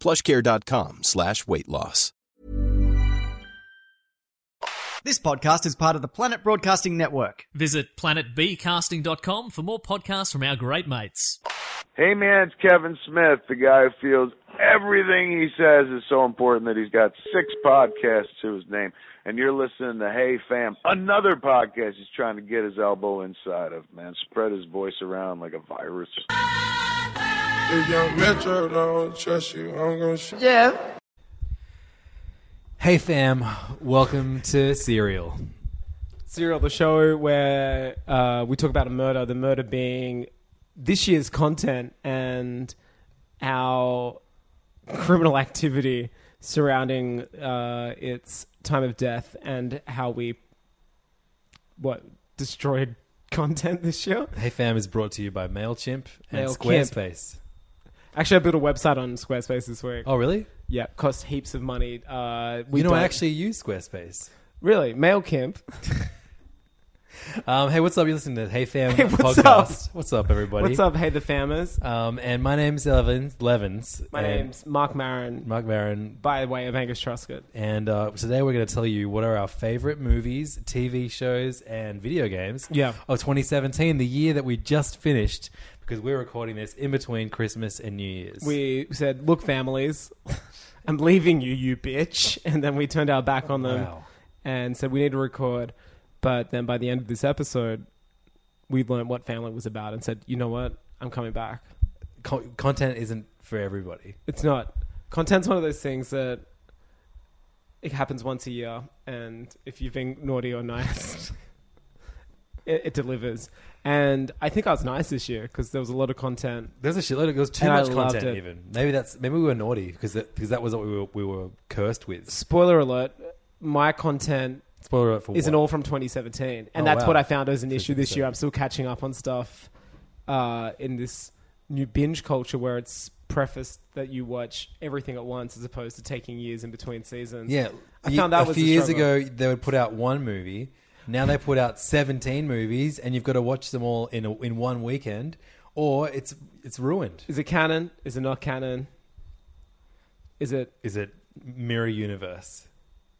Plushcare.com slash weight loss. This podcast is part of the Planet Broadcasting Network. Visit planetbcasting.com for more podcasts from our great mates. Hey man, it's Kevin Smith, the guy who feels everything he says is so important that he's got six podcasts to his name. And you're listening to Hey Fam, another podcast he's trying to get his elbow inside of, man. Spread his voice around like a virus. If young Metro don't trust you, I'm gonna shoot. Hey fam, welcome to Serial. Serial, the show where uh, we talk about a murder, the murder being this year's content and our criminal activity surrounding uh, its time of death and how we, what, destroyed content this year. Hey fam is brought to you by Mailchimp and MailChimp. Squarespace. Actually, I built a website on Squarespace this week. Oh really? Yeah, cost heaps of money. Uh, we You know I don't- actually use Squarespace. Really? MailChimp. Um, hey, what's up? You're listening to Hey Fam Hey, what's podcast. up? What's up, everybody? What's up, hey the fammers? Um, and my name's Levins. Levins. My and name's Mark Maron. Mark Maron. by way of Angus Truscott. And uh, today we're going to tell you what are our favorite movies, TV shows, and video games Yeah. of 2017, the year that we just finished, because we're recording this in between Christmas and New Year's. We said, "Look, families, I'm leaving you, you bitch," and then we turned our back on them Wow. and said we need to record. But then by the end of this episode, we learned what family was about and said, "You know what? I'm coming back." Con- content isn't for everybody. It's not content's one of those things that it happens once a year, and if you've been naughty or nice. It, it delivers, and I think I was nice this year because there was a lot of content. There's a shitload of it was too And I much loved content it. even. Maybe that's maybe we were naughty because that, because that was what we were we were cursed with. Spoiler alert: my content Spoiler alert for isn't what? all from 2017, and Oh, that's wow. what I found as an issue this 15%. year. I'm still catching up on stuff uh, in this new binge culture where it's prefaced that you watch everything at once as opposed to taking years in between seasons. Yeah, I Ye- found that a was few the years struggle. ago they would put out one movie. Now they put out 17 movies, and you've got to watch them all in a, in one weekend, or it's it's ruined. Is it canon? Is it not canon? Is it Is it mirror universe?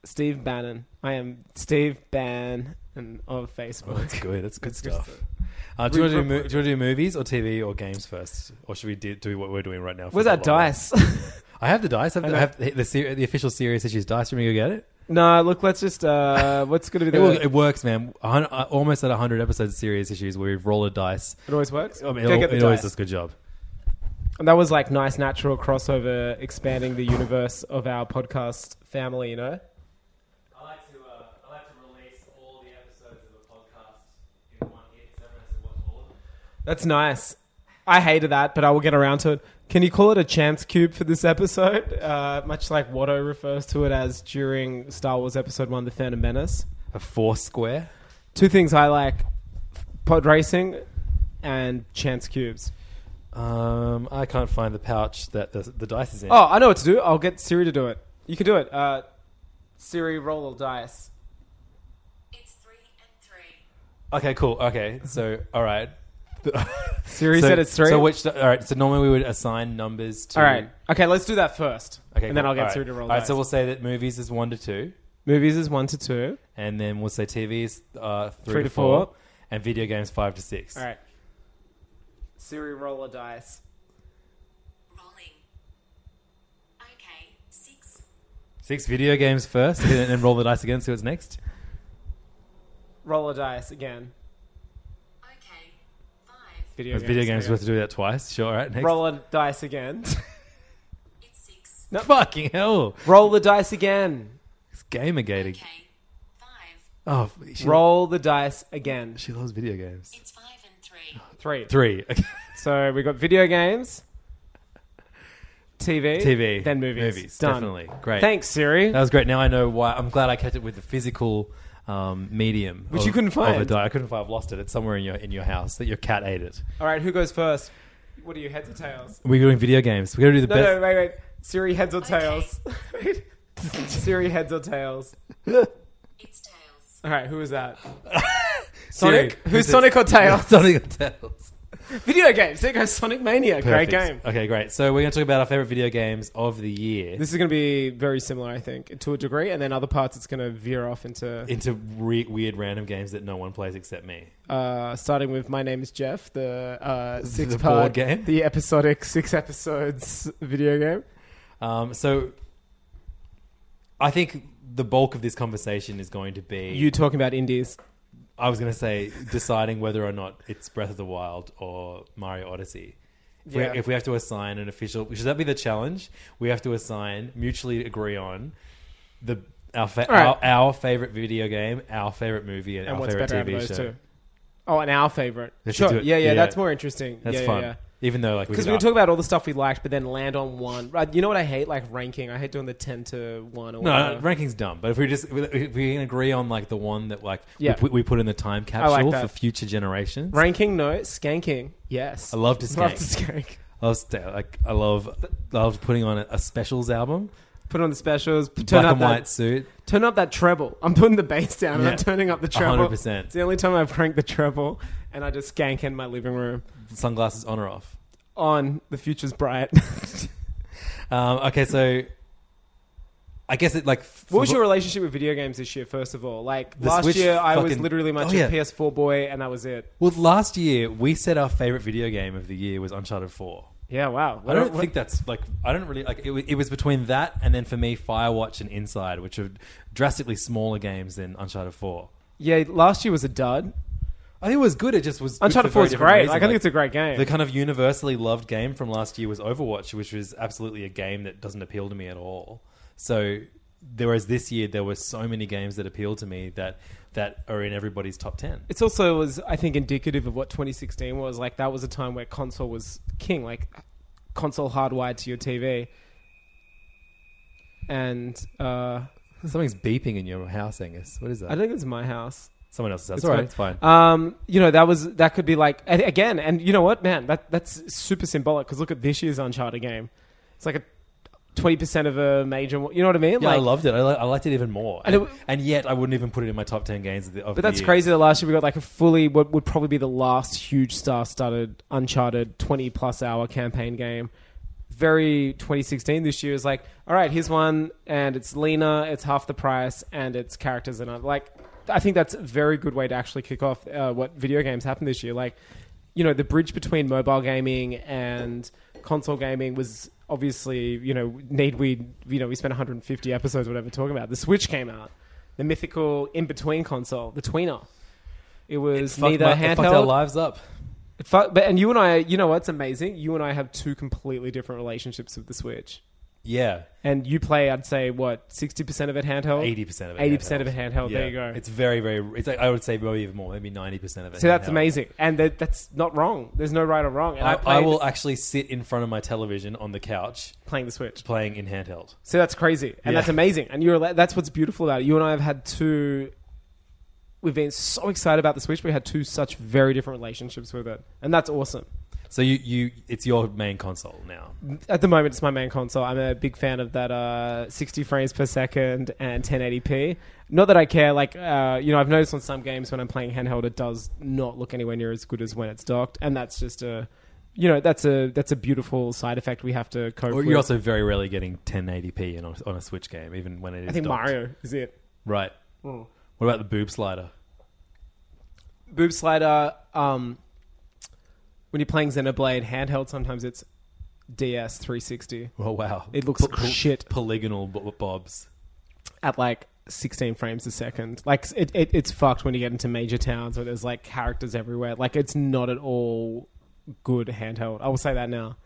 Steve Bannon? I am Steve Bannon of Facebook. Oh, that's good. That's good good stuff. Uh, do you want to do, mo- do you want to do movies or TV or games first, or should we do, do what we're doing right now? for Where's the that long run? dice? I have the dice. I have, the, I Okay. have the, the, ser- the official serious issues dice. You want me to go get it? no, look, let's just. Uh, what's going to be It, the. will, it works, man. A hun- uh, Almost at 100 episodes of Serious Issues where we've rolled a dice. it always works. I mean, Go it, get the it always dice. does a good job. And that was like nice natural crossover, expanding the universe of our podcast family. You know, I like to, uh, I like to release all the episodes of a podcast in one hit so everyone has to watch all of them. that's nice. I hated that, but I will get around to it. Can you call it a chance cube for this episode? Uh, much like Watto refers to it as during Star Wars Episode One: The Phantom Menace. A four square. Two things I like: pod racing and chance cubes. Um, I can't find the pouch that the, the dice is in. Oh, I know what to do. I'll get Siri to do it. You can do it. Uh, Siri, roll a dice. It's three and three. Okay, cool. Okay, so, all right. Siri so, said it's three. So, which, all right, so normally we would assign numbers to. All right. Okay, let's do that first. Okay, and then cool. I'll get All right. Siri to roll. All right, dice. so we'll say that movies is one to two. Movies is one to two. and then we'll say TVs uh, three, Three to to four, four. and video games five to six. All right. Siri roll a dice. Rolling. Okay, six. Six video games first, and then roll the dice again. See what's next. Roll a dice again. Okay. Five. Video Because games. video games okay. supposed to do that twice. Sure, all right. Next. Roll a dice again. It's six. No, fucking hell. Roll the dice again. It's gamergating. Okay. Five. Oh, she, Roll the dice again. she loves video games. It's five and three. Three. Three. Okay. So we got video games, TV, TV. then movies. Done. Definitely. Great. Thanks, Siri. That was great. Now I know why. I'm glad I kept it with the physical um, medium, Which of- you couldn't of find. a die. I couldn't find. I've lost it. It's somewhere in your in your house that your cat ate it. All right, who goes first? What are you, heads or tails? We're doing video games. We're gonna do the No, best. no, wait, wait. Siri, heads or tails? Wait. Siri, heads or tails? It's tails. All right, who is that? Siri, Sonic? Who's this Sonic or Tails? Sonic or Tails. Video games. There goes Sonic Mania. Perfect. Great game. Okay, great. So we're gonna talk about our favorite video games of the year This is going to be very similar, I think, to a degree, and then other parts it's going to veer off into into re- weird random games that no one plays except me. uh, starting with My Name is Jeff, the uh, six The board part game? the episodic six episodes video game. Um, so I think the bulk of this conversation is going to be You talking about indies? I was going to say deciding whether or not it's Breath of the Wild or Mario Odyssey. If, Yeah. we, if we have to assign an official, should that be the challenge? We have to assign mutually agree on the our fa- All right. our, our favorite video game, our favorite movie, and, and our what's favorite better out TV of those show. two? Oh, and our favorite. Let's Sure. do it. Yeah, yeah, Yeah. that's more interesting. That's yeah, fun. Yeah, yeah. Even though like Because could we can up- talk about all the stuff we liked, but then land on one. Right, You know what I hate? Like ranking. I hate doing the ten to one. Or No, whatever. ranking's dumb. But if we just if we can agree on like the one that like Yeah. we, put, we put in the time like capsule that. for future generations. ranking. No, skanking. Yes, I love to Love to skank. skank. I love sta- like I love I love putting on a, a specials album, Put on the specials. p- Turn black up and that, white suit. Turn up that treble. I'm putting the bass down and Yeah. I'm turning up the A treble. hundred percent. It's the only time I've cranked the treble, and I just skank in my living room sunglasses on or off. on "The Future's Bright." Um, okay, so I guess it like f- What was your relationship with video games this year? First of all, like The last Switch year, I was fucking- literally much Oh, yeah. a PS4 boy, and that was it. well last year we said our favorite video game of the year was Uncharted Four. Yeah, wow. I don't think that's like I don't really like it. wa- It was between that and then for me Firewatch and Inside, which are drastically smaller games than Uncharted Four. yeah, last year was a dud. I think it was good. It just was good for Uncharted 4 very is different great. reasons. Like, I think it's a great game. The kind of universally loved game from last year was Overwatch, which was absolutely a game that doesn't appeal to me at all. So, whereas this year there were so many games that appealed to me that that are in everybody's top ten. It's also was I think indicative of what 2016 was. Like that was a time where console was king. Like console hardwired to your TV, and uh, Something's beeping in your house, Angus. What is that? I don't think it's my house. Someone else's house. It's It's all right. fine. It's fine. Um, you know, that was that could be like and again, and you know what, man, that that's super symbolic because look at this year's Uncharted game. It's like a twenty percent of a major. You know what I mean? yeah, like, I loved it. I, li- I liked it even more. And And, it and, w- yet, I wouldn't even put it in my top ten games of the. Of the But that's year. crazy. That last year we got like a fully what would probably be the last huge star-studded Uncharted twenty-plus hour campaign game. Very 2016 this year is like, all right, here's one, and it's leaner, it's half the price, and its characters and like, I think that's a very good way to actually kick off uh, what video games happened this year. Like, you know, the bridge between mobile gaming and console gaming was obviously, you know, need we, you know, we spent 150 episodes, or whatever, talking about. The Switch came out the mythical in between console, the tweener. It was Fucked neither my- it fucked our handheld. lives up. It fuck, but and you and I, you know what's amazing? You and I have two completely different relationships with the Switch. Yeah, And you play, I'd say, what sixty percent of it handheld, eighty percent of it. eighty percent of it handheld. handheld. Yeah. There you go. It's very, very. It's like I would say maybe even more, maybe ninety percent of it. so that's handheld. amazing, and that, that's not wrong. There's no right or wrong. And I, I, played, I will actually sit in front of my television on the couch playing the Switch. playing in handheld. So that's crazy, and Yeah. that's amazing, and you're ala- that's what's beautiful about it. You and I have had two. We've been so excited about the Switch. We had two such very different relationships with it, and that's awesome. So you, you it's your main console now. At the moment, it's my main console. I'm a big fan of that uh, 60 frames per second and 1080p. Not that I care. Like, uh, you know, I've noticed on some games when I'm playing handheld, it does not look anywhere near as good as when it's docked, and that's just a, you know, that's a that's a beautiful side effect we have to cope Or with. you're also very rarely getting 1080p in on, on a Switch game, even when it is. I think docked. Mario is it. Right. What about the boob slider? Boob slider. Um, when you're playing Xenoblade handheld, sometimes it's DS 360. Oh wow, It looks shit. Polygonal b- bobs. at like 16 frames a second. Like it, it, it's fucked when you get into major towns where there's like characters everywhere. Like it's not at all good handheld. I will say that now.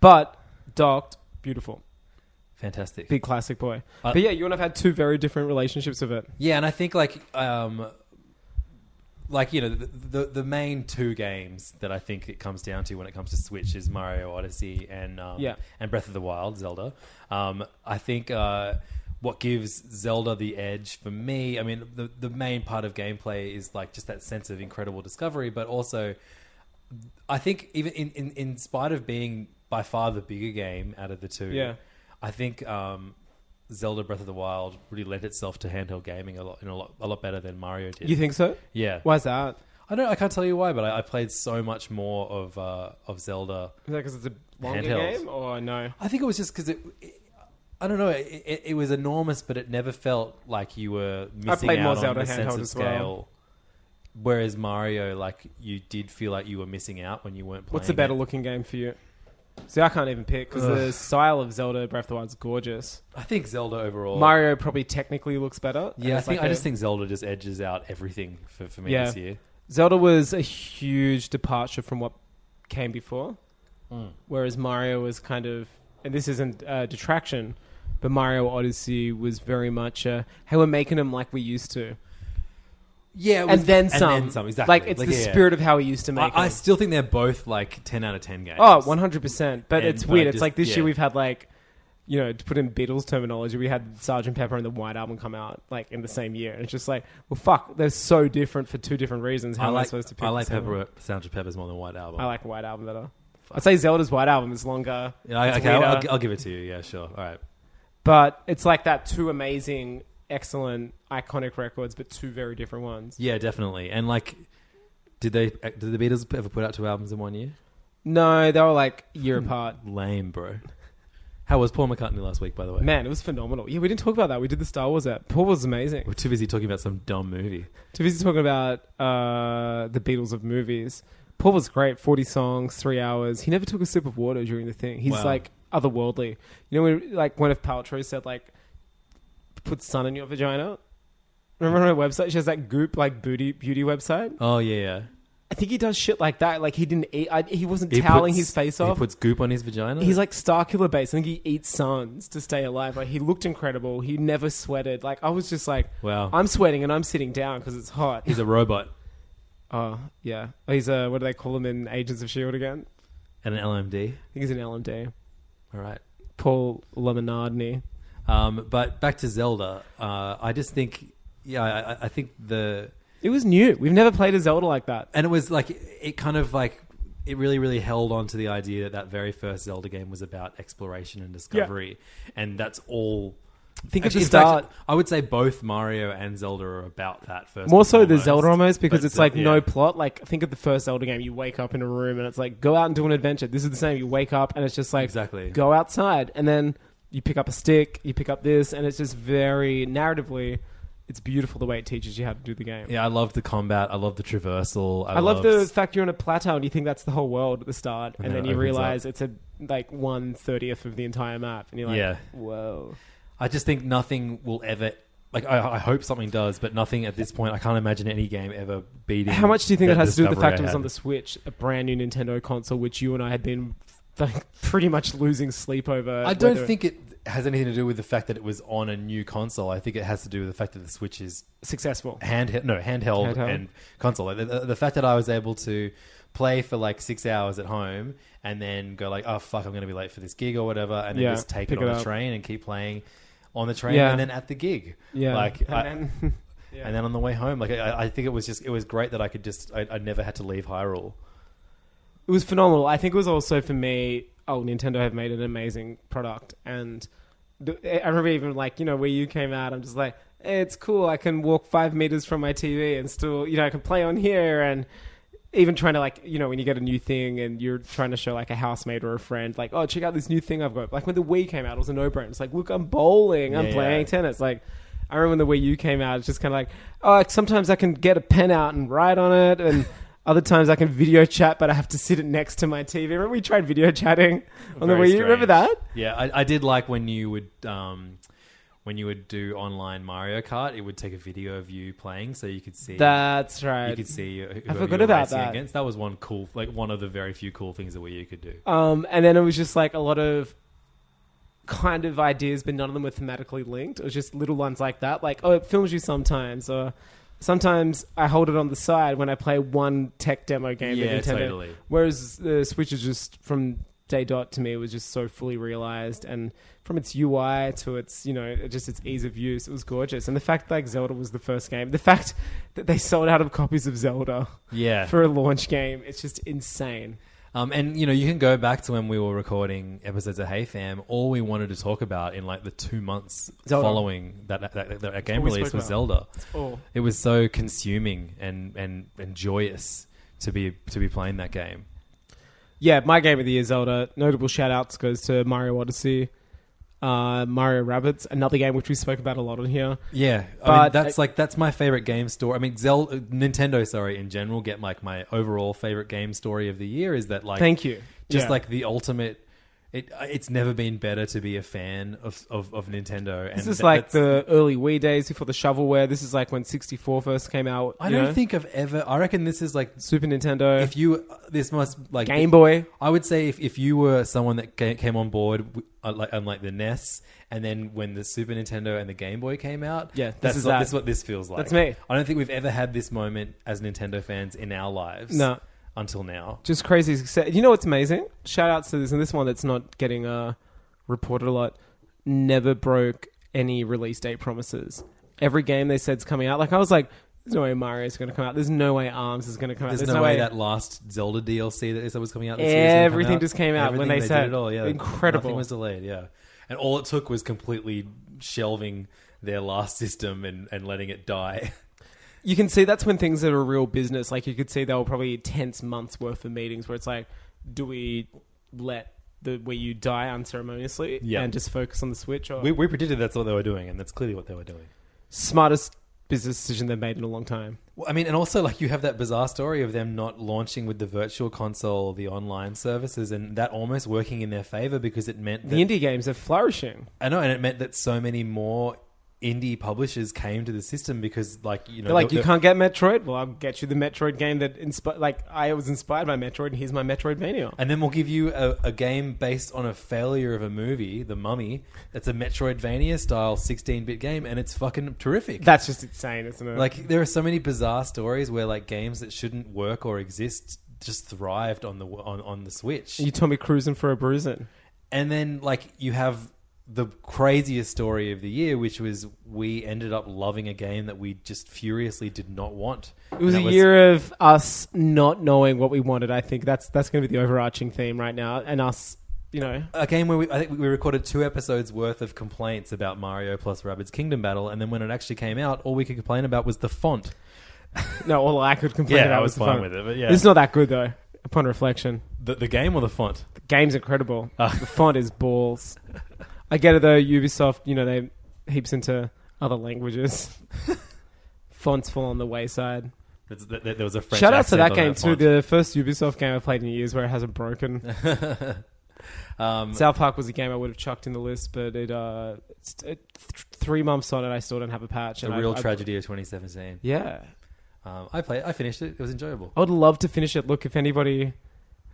But docked, beautiful, Fantastic. big classic boy. Uh, but yeah, you and I've had two very different relationships with it. Yeah, and I think like um, like you know the, the the main two games that I think it comes down to when it comes to Switch is Mario Odyssey and um, Yeah. and Breath of the Wild Zelda. Um, I think uh, what gives Zelda the edge for me, I mean, the the main part of gameplay is like just that sense of incredible discovery, but also I think even in, in, in spite of being by far the bigger game out of the two, Yeah. I think um, Zelda Breath of the Wild really lent itself to handheld gaming a lot, in a lot, a lot better than Mario did. You think so? Yeah. Why's that? I don't. I can't tell you why, but I, I played so much more of uh, of Zelda. Is that because it's a longer Handheld. game or no? I think it was just because it, it- I don't know. It, it, it was enormous, but it never felt like you were missing played out more on Zelda the sense handheld of as well. scale. Whereas Mario, like you did feel like you were missing out when you weren't playing. What's the it. better looking game for you? See, I can't even pick because the style of Zelda Breath of the Wild's gorgeous. I think Zelda overall. Mario probably technically looks better. and Yeah, I it's think like I a- just think Zelda just edges out everything for, for me Yeah. this year. Zelda was a huge departure from what came before, Mm. whereas Mario was kind of, and this isn't uh, detraction, but Mario Odyssey was very much, uh, hey, we're making them like we used to, Yeah, and then some, exactly. Like it's the spirit of how we used to make. I, I them. still think they're both like ten out of ten games. Oh, 100%. But And- it's but I weird. it's just- like this yeah. year we've had like, you know, to put in Beatles terminology, we had Sgt. Pepper and the White Album come out like in the same year. And it's just like, well, fuck, they're so different for two different reasons. How I am I like supposed to pick I like the same one? Oh. Pepper Sound of Peppers more than White Album. I like White Album better. I'd say Zelda's White Album is longer. Yeah, I- it's okay, I'll, weirder. I'll- I'll give it to you. Yeah, sure. All right. but it's like that two amazing, excellent, iconic records, but two very different ones. Yeah, definitely. And like, did they uh, did the Beatles ever put out two albums in one year? No, they were like a year apart. Lame, bro. How was Paul McCartney last week? By the way, Man, it was phenomenal. Yeah, we didn't talk about that. We did the Star Wars app. Paul was amazing. we're too busy talking about some dumb movie. Too busy talking about uh, the Beatles of movies. Paul was great. Forty songs, three hours. He never took a sip of water during the thing. He's Wow. like otherworldly. You know, when, like Gwyneth Paltrow said, like, put sun in your vagina. Remember on her website, she has that goop like booty beauty website. Oh yeah, yeah. I think he does shit like that. Like he didn't eat. I, he wasn't He toweling puts- his face He off. puts goop on his vagina. He's like star killer base. I think he eats suns to stay alive. Like he looked incredible. He never sweated. Like I was just like, Wow. I'm sweating and I'm sitting down because it's hot. he's a robot Oh, yeah. He's a, what do they call him in Agents of S.H.I.E.L.D. E again? and an LMD. I think he's an LMD. All right. Paul Lemonardney. Um, but back to Zelda, uh, I just think, yeah, I, I- I think the It was new. We've never played a Zelda like that. and it was like it kind of like it really really held on to the idea that that very first Zelda game was about exploration and discovery, and that's all. Think of Actually, the in fact, start. I would say both Mario and Zelda are about that first. More and so the foremost. Zelda almost because But it's Ze- like yeah. no plot. Like, think of the first Zelda game. You wake up in a room and it's like, go out and do an adventure. This is the same. You wake up and it's just like, Exactly. go outside. And then you pick up a stick, you pick up this, and it's just very narratively, it's beautiful the way it teaches you how to do the game. Yeah, I love the combat. I love the traversal. I, I love the loved- fact you're on a plateau and you think that's the whole world at the start, and, then then it you opens realize it's a like one thirtieth of the entire map, and you're like, Yeah. "Whoa!" I just think nothing will ever. Like I, I hope something does, but nothing at this point. I can't imagine any game ever beating. How much do you think that that has to do with the discovery fact I it was had. on the Switch, a brand new Nintendo console, which you and I had been like pretty much losing sleep over? I don't whether- think it has anything to do with the fact that it was on a new console. I think it has to do with the fact that the Switch is successful. handheld, no, handheld, Handheld. and console. Like, the, the, the fact that I was able to play for like six hours at home and then go like, oh fuck, I'm going to be late for this gig or whatever, and then Yeah, just take it pick on it the up. train and keep playing on the train Yeah. and then at the gig. Yeah, like and I- then, yeah. and then on the way home, like I, I think it was just it was great that I could just I, I never had to leave Hyrule. It was phenomenal. I think it was also for me. Oh, Nintendo have made an amazing product, and the, I remember even like you know where you came out. I'm just like, eh, it's cool. I can walk five meters from my TV and still you know I can play on here and. Even trying to like you know when you get a new thing and you're trying to show like a housemate or a friend like oh check out this new thing I've got like when the Wii came out it was a no brainer it's like look I'm bowling I'm Yeah, playing yeah. tennis like I remember when the Wii U came out it's just kind of like oh like, sometimes I can get a pen out and write on it and other times I can video chat but I have to sit it next to my TV remember we tried video chatting on the Wii Very U remember strange. that Yeah, I, I did like when you would um, when you would do online Mario Kart, it would take a video of you playing so you could see. That's right. you could see. whoever I forgot you were about racing that. Against. That was one cool, like one of the very few cool things that Wii U could do. Um, and then it was just like a lot of kind of ideas, but none of them were thematically linked. It was just little ones like that, like oh, it films you sometimes, or sometimes I hold it on the side when I play one tech demo game. that Yeah, Nintendo. totally. Whereas the Switch is just from day dot to me was just so fully realized, and from its UI to its you know it just its ease of use, it was gorgeous. And the fact like Zelda was the first game, the fact that they sold out of copies of Zelda Yeah. for a launch game, it's just insane. Um, and you know, you can go back to when we were recording episodes of Hey Fam. All we wanted to talk about in like the two months Zelda. following that that, that, that game all we release spoke was about. Zelda. all. It was so consuming and, and and joyous to be to be playing that game. Yeah, my game of the year, Zelda. Notable shout outs goes to Mario Odyssey, uh, Mario Rabbits, another game which we spoke about a lot on here. Yeah, I mean, But that's I- like that's my favorite game story. I mean, Zelda, Nintendo, sorry, in general, get like my overall favorite game story of the year is that like Thank you. just Yeah. like the ultimate. It, it's never been better to be a fan of, of, of Nintendo. And This is that- like that's- the early Wii days before the shovelware. This is like when 64 first came out. I you don't know? think I've ever. I reckon this is like Super Nintendo, if you this must like Game Boy. I would say if, if you were someone that ca- came on board w- uh, like unlike the NES and then when the Super Nintendo and the Game Boy came out Yeah, this that's is like- that. this is what this feels like That's me. I don't think we've ever had this moment as Nintendo fans in our lives No. until now Just crazy success. You know what's amazing? Shout outs to this and this one that's not getting uh, reported a lot. Never broke any release date promises. Every game they said's coming out. Like I was like, there's no way Mario's going to come out. There's no way Arms is going to come out. there's, no way, that last Zelda DLC that, is- that was coming out this year is gonna come Everything just came out when Everything they said- did it all yeah Incredible. nothing was delayed yeah and all it took was completely shelving their last system and, and letting it die you can see that's when things that are real business. Like you could see there were probably tense months worth of meetings where it's like, do we let the where you die unceremoniously Yeah. and just focus on the switch? Or We, we predicted that's what they were doing, and that's clearly what they were doing. smartest business decision they've made in a long time. Well, I mean, and also like you have that bizarre story of them not launching with the virtual console, the online services, and that almost working in their favor because it meant that, The indie games are flourishing. I know, and it meant that so many more indie publishers came to the system because, like you know, They're like, the- you the- can't get Metroid. Well, I'll get you the Metroid game that inspi- like I was inspired by Metroid, and here's my Metroidvania. And then we'll give you a, a game based on a failure of a movie, The Mummy. That's a Metroidvania style 16 bit game, and it's fucking terrific. That's just insane, isn't it? Like there are so many bizarre stories where like games that shouldn't work or exist just thrived on the on, on the Switch. you Tommy cruising for a bruising. And then like you have the craziest story of the year, which was we ended up loving a game that we just furiously did not want. It was a year of us not knowing what we wanted. I think that's that's going to be the overarching theme right now, and us, you know, a game where we, I think we recorded two episodes worth of complaints about Mario plus Rabbids Kingdom Battle, and then when it actually came out, all we could complain about was the font. no, all I could complain Yeah, about I was the fine fun. with it, but yeah. it's not that good though. Upon reflection, The, the game or the font? the game's incredible. Ah. the font is balls. I get it though. Ubisoft, you know, they heaps into other languages. Fonts fall on the wayside. That's- that- that- There was a French Shout out to accent that on game too. font. The first Ubisoft game I played in years where it hasn't broken. Um, South Park was a game I would have chucked in the list, but it uh, it's, it, th- three months on it, I still don't have a patch. The and I- real I- tragedy of 2017. Yeah, Um, I played. I finished it. It was enjoyable. I would love to finish it. Look, if anybody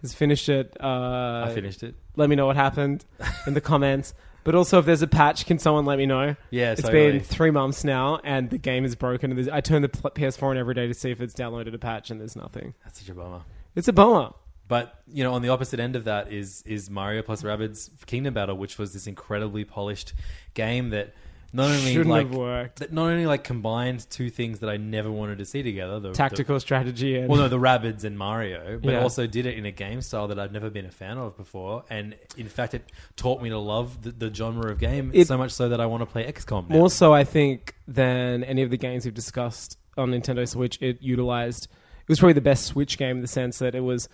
has finished it, uh, I finished it. let me know what happened in the comments. But also, if there's a patch, can someone let me know? Yeah, it's totally. been three months now, and the game is broken. And there's- I turn the pl- PS4 on every day to see if it's downloaded a patch, and there's nothing. That's such a bummer. It's a bummer. But you know, on the opposite end of that is is Mario plus Rabbids Kingdom Battle, which was this incredibly polished game that not only Shouldn't like have worked. that not only like combined two things that I never wanted to see together, the the- Tactical strategy and well, no, the Rabbids and Mario, but Yeah. also did it in a game style that I'd never been a fan of before, and in fact, it taught me to love the, the genre of game It- so much so that I want to play XCOM. Now. More so, I think, than any of the games we've discussed on Nintendo Switch, it utilized. It was probably the best Switch game in the sense that it was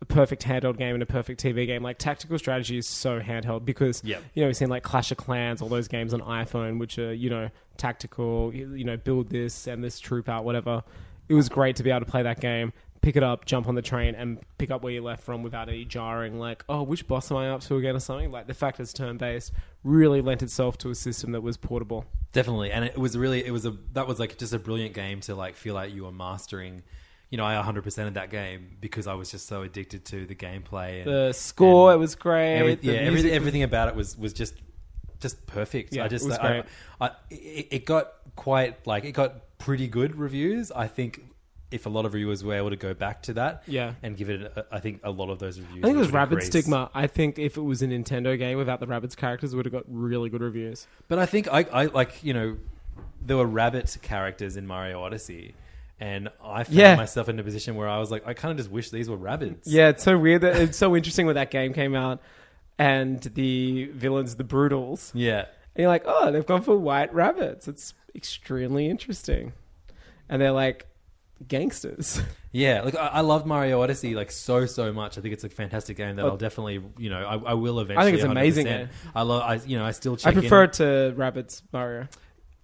a perfect handheld game and a perfect TV game. Like tactical strategy is so handheld because Yep. you know we've seen like Clash of Clans, all those games on iPhone, which are you know tactical. You, you know, build this, send this troop out, whatever. It was great to be able to play that game. pick it up, jump on the train, and pick up where you left from without any jarring, like, oh, which boss am I up to again or something? Like, the fact it's turn based really lent itself to a system that was portable. Definitely, and it was really it was a that was like just a brilliant game to like feel like you were mastering. You know, I 100 percent of that game because I was just so addicted to the gameplay. And, The score, and it was great. every- The yeah, every- music was- everything about it was was just just perfect. Yeah, I just it was I- great. I, it, it got quite like it got pretty good reviews. I think if a lot of reviewers were able to go back to that, Yeah. and give it, a, I think a lot of those reviews. I think it was would Rabbit increase. Stigma. I think if it was a Nintendo game without the Rabbits characters, it would have got really good reviews. But I think I, I like you know there were rabbit characters in Mario Odyssey, and I found Yeah. myself in a position where I was like, I kind of just wish these were rabbits. Yeah, it's so weird. That, it's so interesting when that game came out and the villains, the Brutals. yeah. And you're like, oh, they've gone for white rabbits. It's extremely interesting. And they're like gangsters. Yeah, like I, I loved Mario Odyssey like so so much. I think it's a fantastic game that I'll definitely you know I, I will eventually. Oh. it's amazing, 100%. eh? I love I you know I still check I prefer in. it to rabbits Mario.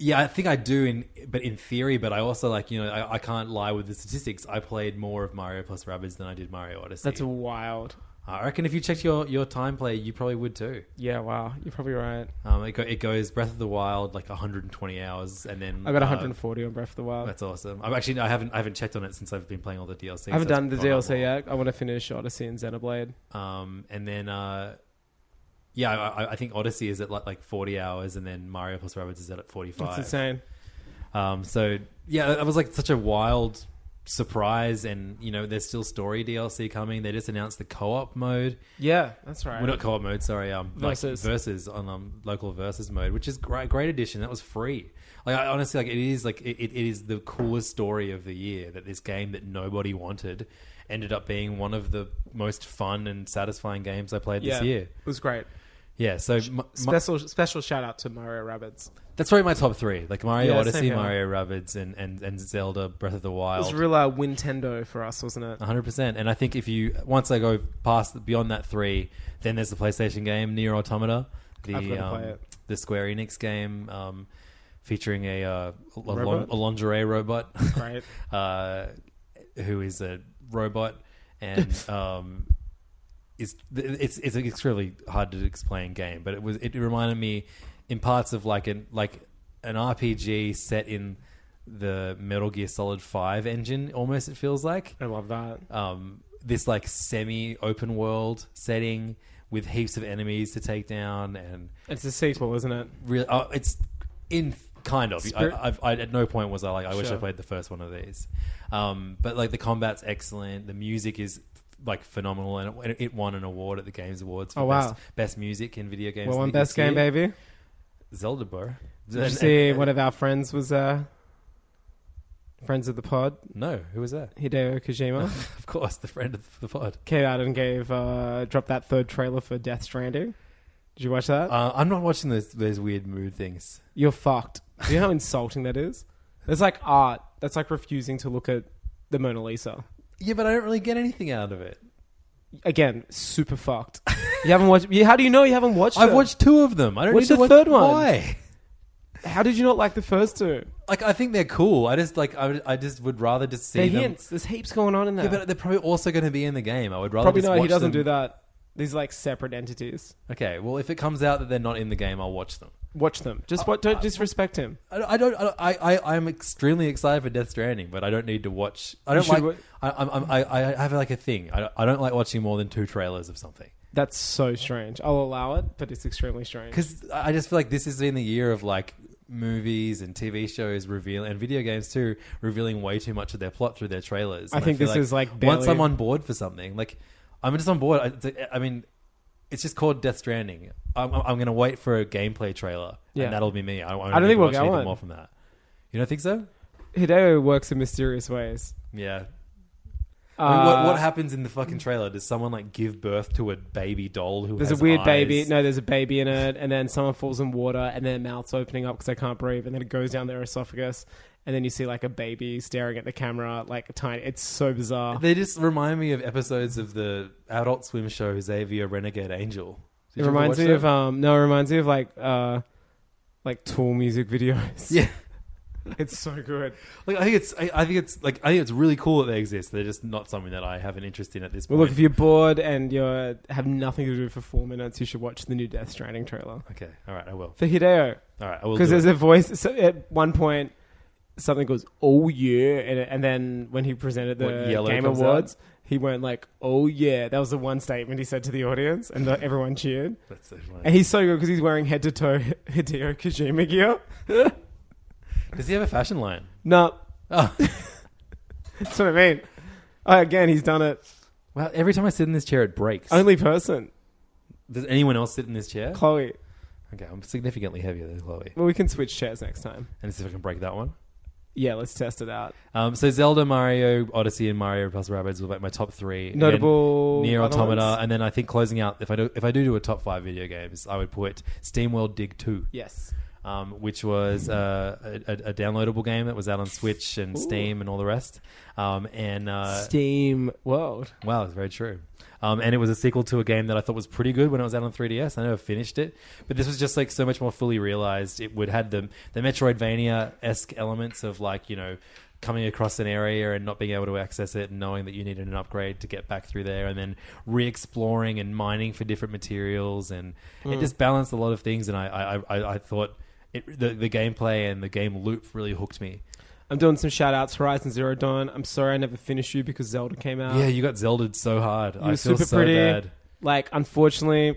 Yeah, I think I do in but in theory, but I also like you know I, I can't lie with the statistics. I played more of Mario plus Rabbids than I did Mario Odyssey. That's wild. I reckon if you checked your your time play, you probably would too. Yeah, wow. You're probably right. Um, it, go, it goes Breath of the Wild like 120 hours, and then I got uh, 140 on Breath of the Wild. That's awesome. I've actually I haven't I haven't checked on it since I've been playing all the DLC. I haven't so done the it's gone up DLC more. yet. I want to finish Odyssey and Xenoblade. Um, and then uh, yeah, I, I- I think Odyssey is at like, like 40 hours, and then Mario plus Rabbids is at 45. That's insane. Um, so yeah, that that was like such a wild surprise, and you know, there's still story DLC coming. They just announced the co-op mode. Yeah, that's right. Well, not co-op mode, sorry. Um, Versus. versus versus on um, local versus mode, which is great. Great addition. That was free. Like I honestly, like it is like it, it is the coolest story of the year that this game that nobody wanted ended up being one of the most fun and satisfying games I played yeah, this year. It was great. Yeah. So my, my, Special special shout out to Mario Rabbits. that's probably my top three. Like Mario Yeah, same Odyssey, here. Mario Rabbids, and and and Zelda Breath of the It Wild. was real uh, Nintendo for us, wasn't it? 100% and i think if you once i go past beyond that three then there's the playstation game near automata the I've gotta um, play it. the square enix game um, featuring a, uh, a, lon- Robot? a lingerie robot Great. uh, who is a robot and um, is it's it's an extremely hard to explain game, but it was it reminded me in parts of like an like an RPG set in the Metal Gear Solid Five engine. Almost it feels like I love that. um, this like semi open world setting with heaps of enemies to take down and It's a sequel, isn't it? really uh, it's in kind of I, Spirit- I've, I at no point was I like I wish I Sure. played the first one of these um, but like the combat's excellent the music is like phenomenal and it, it won an award at the Games Awards for Oh, wow. best, best music in video games Well, of one the- best this game, year. baby. Zelda bro Did you see one of our friends was uh, friends of the pod, no who was that Hideo Kojima, of course the friend of the pod came out and gave uh, dropped that third trailer for Death Stranding. Did you watch that? uh, I'm not watching those those weird mood things You're fucked. Do you know how insulting that is? That's like art. That's like refusing to look at the Mona Lisa. yeah but I don't really get anything out of it Again, super fucked. You haven't watched. You, how do you know you haven't watched? I've it? watched two of them. I don't What's need to the watch- third one? Why? How did you not like the first two? Like I think they're cool. I just like I, would- I just would rather just see They're them. hints. There's heaps going on in there. Yeah, but they're probably also going to be in the game. I would rather Probably just not. He watch doesn't them- do that. These are like separate entities. Okay, well if it comes out that they're not in the game, I'll watch them. Watch them. Uh, Just what? Don't disrespect him. I, I don't. I, don't- I, I I'm extremely excited for Death Stranding, but I don't need to watch. I don't You should like. I, I'm, I'm, I I have like a thing. I don't, I don't like watching more than two trailers of something That's so strange. I'll allow it, but it's extremely strange. because I just feel like this has been the year of like movies and TV shows reveal and video games too revealing way too much of their plot through their trailers. I And think feel this is, like, once barely- I'm on board for something, like I'm just on board. I, it's- I mean, it's just called Death Stranding. I'm, I'm going to wait for a gameplay trailer, Yeah. and that'll be me. I, I don't don't think think we'll we'll get get one. more from that. You don't think so? Hideo works in mysterious ways. Yeah. I mean, Uh, what, what happens in the fucking trailer? Does someone like give birth to a baby doll who There's a has weird eyes? baby. No, there's a baby in it, and then someone falls in water, and their mouth's opening up because they can't breathe, and then it goes down their esophagus, and then you see like a baby staring at the camera, like a tiny. It's so bizarre. They just remind me of episodes of the Adult Swim show Xavier Renegade Angel. Did it you ever reminds watch that? me uh, of um. No, it reminds me of like uh, like Tool music videos. yeah. It's so good. Like I think it's, I, I think it's like I think it's really cool that they exist. They're just not something that I have an interest in at this point. Well, look, if you're bored and you are have nothing to do for four minutes, you should watch the new Death Stranding trailer okay, all right, I will. for Hideo. All right, I will. Because do there's it. a voice so at one point. Something goes, oh yeah, and, and then when he presented What, the yellow Game comes Awards, he went like, oh yeah. That was the one statement he said to the audience, and the, everyone cheered. That's so funny. And he's so good because he's wearing head to toe Hideo Kojima gear. Does he have a fashion line? no, Oh, that's what I mean. Uh, again, he's done it. wow! Every time I sit in this chair, it breaks. Only person, Does anyone else sit in this chair? Chloe. Okay, I'm significantly heavier than Chloe. Well, we can switch chairs next time. And see if I can break that one. Yeah, let's test it out. Um, so Zelda, Mario, Odyssey, and Mario plus Rabbids were like my top three And Notable then Near other Automata, ones? and then I think closing out. If I do, if I do do a top five video games, I would put SteamWorld Dig Two, Yes. um, which was uh, a, a, a downloadable game that was out on Switch and Steam and all the rest. Um, and uh, Steam World. Wow, it's very true. Um, and it was a sequel to a game that I thought was pretty good when it was out on 3DS. I never finished it, but this was just like so much more fully realized. It would had the the Metroidvania esque elements of like you know coming across an area and not being able to access it, and knowing that you needed an upgrade to get back through there, and then re-exploring and mining for different materials, and Mm. it just balanced a lot of things. And I I, I, I thought it, the the gameplay and the game loop really hooked me. I'm doing some shout outs. Horizon Zero Dawn. I'm sorry I never finished you because Zelda came out. yeah, you got Zelded so hard. Uh, You I were feel super so pretty. bad. Like, unfortunately,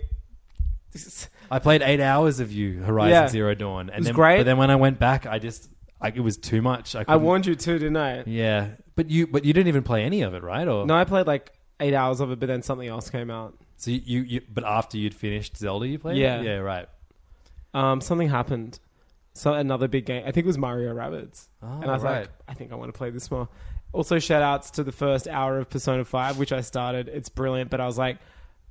I played eight hours of you, Horizon Yeah. Zero Dawn, and was then, great. But then when I went back, I just I, it was too much. I, I couldn't- warned you too, didn't I? Yeah, but you but you didn't even play any of it, right? Or No, I played like eight hours of it, but then something else came out. So you, you, you but after you'd finished Zelda, you played. it? Yeah. yeah, right. Um, something happened. So another big game. I think it was Mario Rabbids. and I was Oh, right. like, I think I want to play this more. Also, shout outs to the first hour of Persona 5, which I started. It's brilliant, but I was like,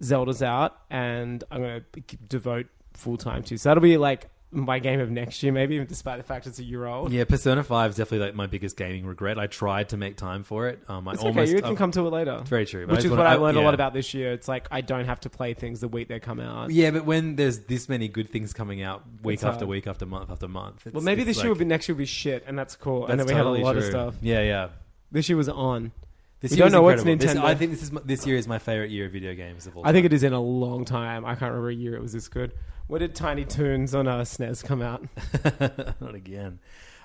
Zelda's out, and I'm going to devote full time to. So that'll be like my game of next year, maybe, even despite the fact it's a year old. Yeah, Persona Five is definitely like my biggest gaming regret. I tried to make time for it. Um, I It's almost okay, you I- can come to it later. very true, but I Which just is wanna- what I I- learned a yeah. lot about this year. It's like, I don't have to play things the week they come out. Yeah, but when there's this many good things coming out week It's after hard. week after month after month, it's- Well, maybe it's this year like- will be next year will be shit, and that's cool. and then that's we totally have a lot of true. stuff. Yeah, yeah. This year was on. This We year don't was know what's incredible. This- Nintendo. I think this is my, this year is my favorite year of video games of all. I think time. it is in a long time. I can't remember a year it was this good. When did Tiny Toons on uh, SNES come out? Not again.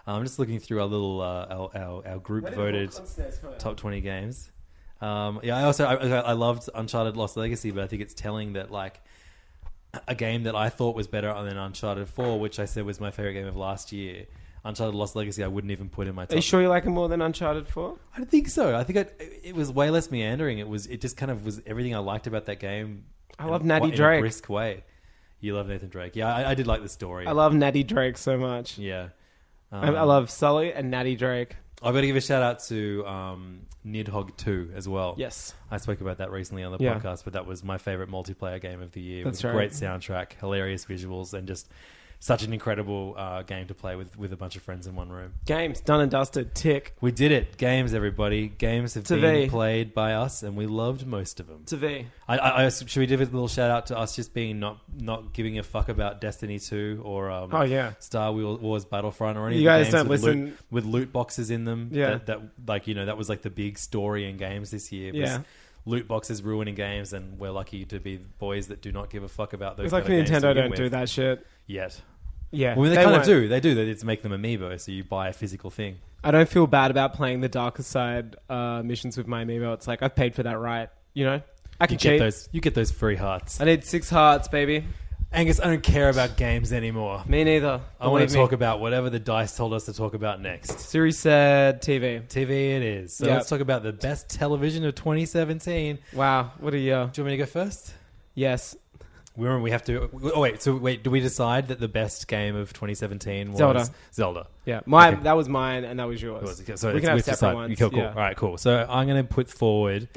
I'm just looking through our little uh, our, our our group voted top 20 games. Um, yeah, I also I, I I loved Uncharted Lost Legacy, but I think it's telling that like a game that I thought was better than Uncharted 4, which I said was my favorite game of last year. Uncharted Lost Legacy, I wouldn't even put in my Are top. you sure you like it more than Uncharted 4? I don't think so. I think I, it was way less meandering. It was it just kind of was everything I liked about that game. I in love a- Natty in a Drake. brisk way. You love Nathan Drake. Yeah, I, I did like the story. I love Natty Drake so much. Yeah. I, I love Sully and Natty Drake. I've got to give a shout out to um, Nidhogg 2 as well. Yes. I spoke about that recently on the Yeah. podcast, but that was my favorite multiplayer game of the year. That's with a right. Great soundtrack, hilarious visuals, and just such an incredible uh, game to play with, with a bunch of friends in one room. Games done and dusted. Tick. We did it. Games, everybody. Games have To been thee. played by us, and we loved most of them. To V. I, I, I, should we give a little shout out to us just being not not giving a fuck about Destiny Two or um, Oh, yeah. Star Wars Battlefront or any You of the guys games don't with listen- loot, with loot boxes in them. Yeah. that, that like you know that was like the big story in games this year. was Yeah. Loot boxes ruining games, and we're lucky to be boys that do not give a fuck about those. It's like kind of games to Nintendo begin don't do with that shit. yet. Yeah. Well, they, kind won't. of do. They do. They just make them amiibo, so you buy a physical thing. I don't feel bad about playing the darker side uh, missions with my amiibo. It's like, I've paid for that right. You know? I can You get cheat. those. You get those free hearts. I need six hearts, baby. Angus, I don't care about games anymore. Me neither. I want Believe to me. talk about whatever the dice told us to talk about next. Siri said TV. TV it is. So Yep. let's talk about the best television of 2017. Do Wow, what a year. you want me to go first? Yes. We remember we have to. Oh wait, so wait, do we decide that the best game of 2017 was Zelda. Zelda. Yeah. My Okay. that was mine and that was yours. It was. Okay, So we it's- can have we've separate decided. ones. Cool, cool. Yeah. All right, cool. So I'm going to put forward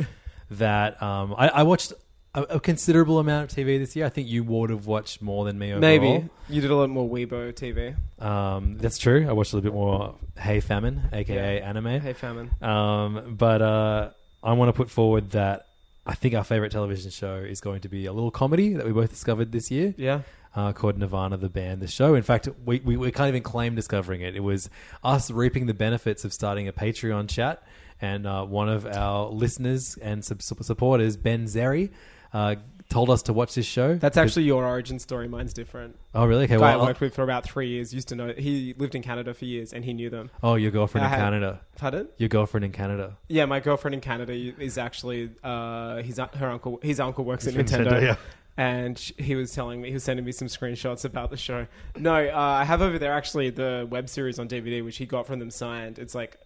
that um, I, I watched a, a considerable amount of TV this year. I think you would have watched more than me overall. Maybe. You did a lot more Weibo TV. Um, that's true. I watched a little bit more Hey Famine, aka anime. Hey Famine. Um, but uh, I want to put forward that I think our favorite television show is going to be a little comedy that we both discovered this year. Yeah. uh, called Nirvana the Band, the show. In fact, we, we, we can't even claim discovering it. It was us reaping the benefits of starting a Patreon chat. And uh, one of our listeners and sub- sub- supporters, Ben Zeri, uh, told us to watch this show. That's actually your origin story. Mine's different. Oh, really? Okay, guy well, I worked with for about three years used to know. He lived in Canada for years, and he knew them. oh, your girlfriend I in had- Canada. Pardon? Your girlfriend in Canada. Yeah, my girlfriend in Canada is actually uh, his her uncle. His uncle works at from Nintendo. Nintendo, yeah. And sh- he was telling me, he was sending me some screenshots about the show. No, uh, I have over there actually the web series on DVD, which he got from them signed. It's like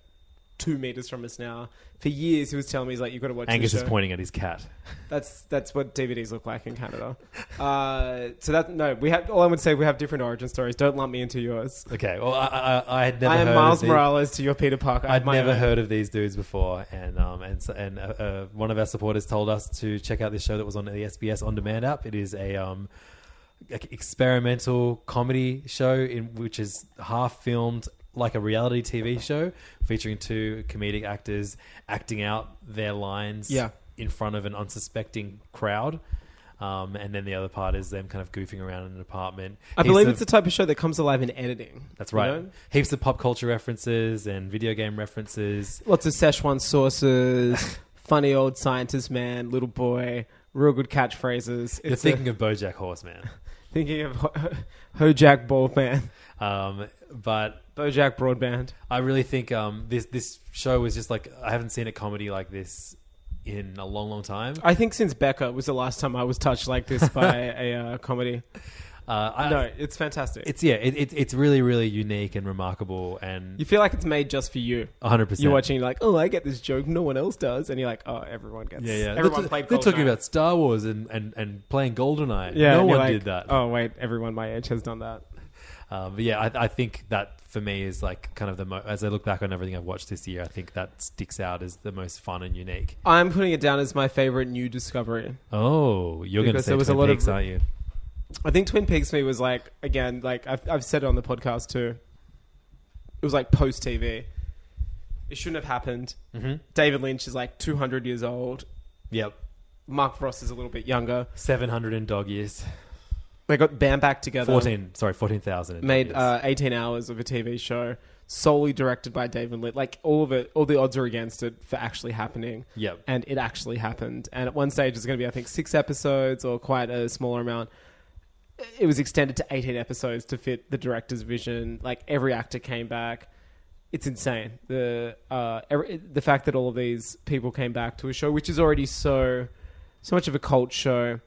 two meters from us now. For years, he was telling me, he's like, you've got to watch Angus this is show. pointing at his cat. That's that's what DVDs look like in Canada. Uh, so that no, we have. All I would say, we have different origin stories. Don't lump me into yours. Okay, well, I, I, I had never I am heard Miles of these, Morales to your Peter Parker. I have I'd my never own. heard of these dudes before, and um, and so, and uh, uh, one of our supporters told us to check out this show that was on the SBS On Demand app. It is a um, like experimental comedy show in which is half filmed like a reality TV show, featuring two comedic actors acting out their lines Yeah. in front of an unsuspecting crowd. Um, and then the other part is them kind of goofing around in an apartment. I believe Heaps it's the type of show that comes alive in editing. That's you right. know? Heaps of pop culture references and video game references. Lots of Szechuan sauces, funny old scientist man, little boy, real good catchphrases. You're It's thinking of BoJack Horseman, a, thinking of Ho- Hojack Baldman, um, but Bojack Broadband. I really think um, this this show was just like I haven't seen a comedy like this in a long, long time. I think since Becca was the last time I was touched like this by a uh, comedy. Uh, I, No, it's fantastic. it's yeah, it, it, it's really, really unique and remarkable, and you feel like it's made just for you. 100. percent You're watching, you're like, oh, I get this joke, no one else does, and you're like, oh, everyone gets. Yeah, yeah. Everyone they're, played. they're talking Goldeneye. about Star Wars and, and, and playing Goldeneye. Yeah, no and one you're like, did that. Oh wait, everyone my age has done that. Um, but yeah, I, I think that for me is like kind of the mo- as I look back on everything I've watched this year, I think that sticks out as the most fun and unique. I'm putting it down as my favorite new discovery. Oh, you're going to Because say there was a Twin lot of- Peaks, aren't you? I think Twin Peaks for me was like again, like I've, I've said it on the podcast too. It was like post TV. It shouldn't have happened. Mm-hmm. David Lynch is like 200 years old. Yep, Mark Frost is a little bit younger. seven hundred in dog years, They got band back together. fourteen. sorry, fourteen thousand. made um, uh, 18 hours of a TV show solely directed by David Lynch. Like all of it, all the odds are against it for actually happening. Yep. And it actually happened. And at one stage, it's going to be I think six episodes or quite a smaller amount. It was extended to 18 episodes to fit the director's vision. Like every actor came back. It's insane. The uh, every, the fact that all of these people came back to a show which is already so so much of a cult show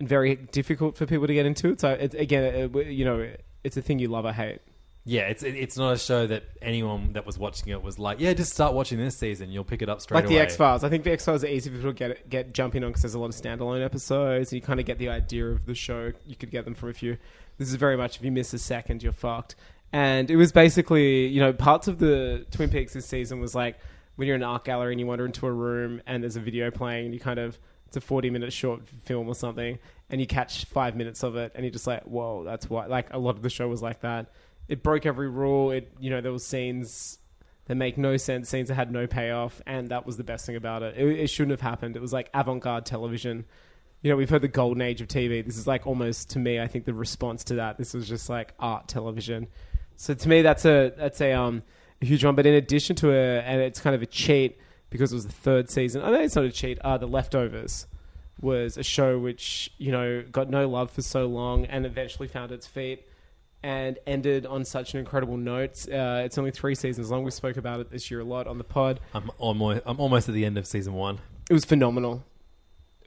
and very difficult for people to get into. So it, again, it, you know, it's a thing you love or hate. yeah, it's it, it's not a show that anyone that was watching it was like, yeah, just start watching this season, you'll pick it up straight like away. the X Files. I think the X Files are easy for people to get get jumping on because there's a lot of standalone episodes, and you kind of get the idea of the show. You could get them from a few. This is very much if you miss a second, you're fucked. And it was basically, you know, parts of the Twin Peaks this season was like when you're in an art gallery and you wander into a room and there's a video playing and you kind of it's a 40 minute short film or something and you catch five minutes of it and you're just like, whoa, that's why. Like a lot of the show was like that. It broke every rule. It, you know, there was scenes that make no sense, scenes that had no payoff, and that was the best thing about it. It, it shouldn't have happened. It was like avant-garde television. You know, we've heard the golden age of TV. This is like almost to me, I think the response to that. This was just like art television. So to me, that's a that's a um a huge one. But in addition to a, and it's kind of a cheat because it was the third season. I mean, it's not a cheat. Uh, the leftovers was a show which you know got no love for so long and eventually found its feet and ended on such an incredible note. Uh, it's only three seasons long. We spoke about it this year a lot on the pod. I'm almost I'm almost at the end of season one. It was phenomenal.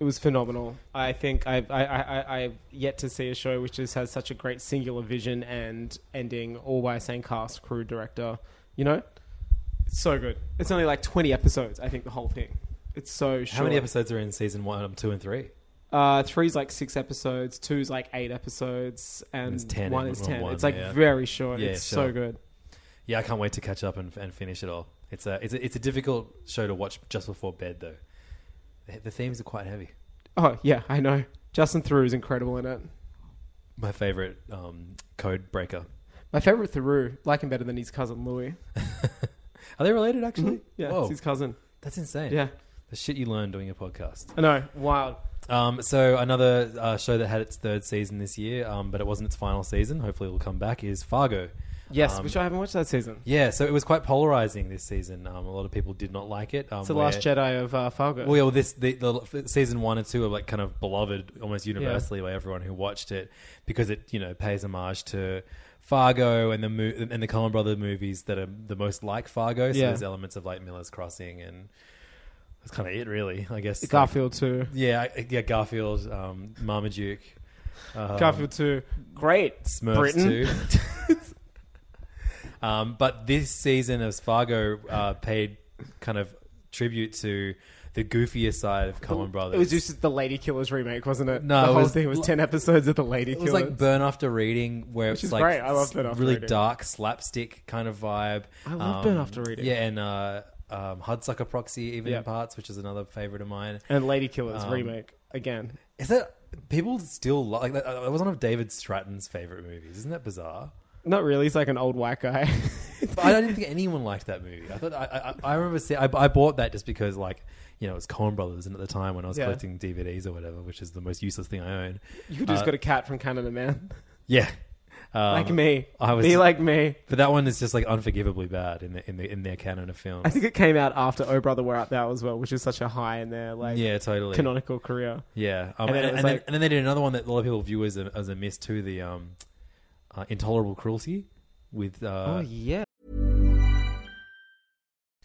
It was phenomenal. I think I've, I, I, I, I've yet to see a show which just has such a great singular vision and ending, all by the same cast, crew, director. You know, it's so good. It's only like twenty episodes. I think the whole thing. It's so short. How many episodes are in season one, um, two, and three? Uh, three's like six episodes. Two's like eight episodes, and There's 10 one in is one- ten. one, it's like yeah. very short. Yeah, it's so sure. good. Yeah, I can't wait to catch up and, and finish it all. It's a, it's a it's a difficult show to watch just before bed though. The- The themes are quite heavy. Oh yeah, I know. Justin Theroux is incredible in it. My favorite um, code breaker. My favorite Theroux, like him better than his cousin Louis. Are they related actually? Mm-hmm. Yeah, Whoa, it's his cousin. that's insane. Yeah, the shit you learn doing a podcast. I know. Wild. Um, so another uh, show that had its third season this year, um, but it wasn't its final season. Hopefully, it will come back. Is Fargo? Yes, Um, which I haven't watched that season. Yeah, so it was quite polarizing this season. Um, a lot of people did not like it. Um, It's the where- Last Jedi of uh, Fargo. Well, yeah, well, this the, the season one and two are like kind of beloved almost universally by everyone who watched it because it you know pays homage to Fargo and the mo- and the Coen Brother movies that are the most like Fargo. So Yeah. there's elements of like Miller's Crossing and that's kind of it, really. I guess Garfield too. Yeah, I- yeah, Garfield, um, Marmaduke, Garfield too. Great. Um, Smurfs too. um, but this season of Fargo uh, paid kind of tribute to the goofier side of Coen Brothers. It was just the Lady Killers remake, wasn't it? No, the it whole was- thing was ten episodes of the Lady It Killers. was like burn after reading, where Which it's is like great. I love s- Burn After really Reading. dark slapstick kind of vibe. Um, I love Burn After Reading. Yeah, and uh, um, Hudsucker Proxy even Yeah. in parts, which is another favorite of mine. and Lady Killers Um, remake again. Is that people still lo- like that? That was one of David Stratton's favorite movies. Isn't that bizarre? Not really. He's like an old white guy. But I don't think anyone liked that movie. I thought I I, I remember see, I, I bought that just because like you know it was Coen Brothers, and at the time when I was Yeah. collecting DVDs or whatever, which is the most useless thing I own. you just got a cat from Canada, man. Yeah, Uh, Um, Like me. I was Be like me. But that one is just like unforgivably bad in the in the in their canon of films. I think it came out after Oh Brother Where Art Thou as well, which is such a high in their like yeah, totally. canonical career. yeah, um, and, And then and, it was then, like- and then they did another one that a lot of people view as a, as a miss too. The um, uh, intolerable cruelty with uh, Oh, yeah.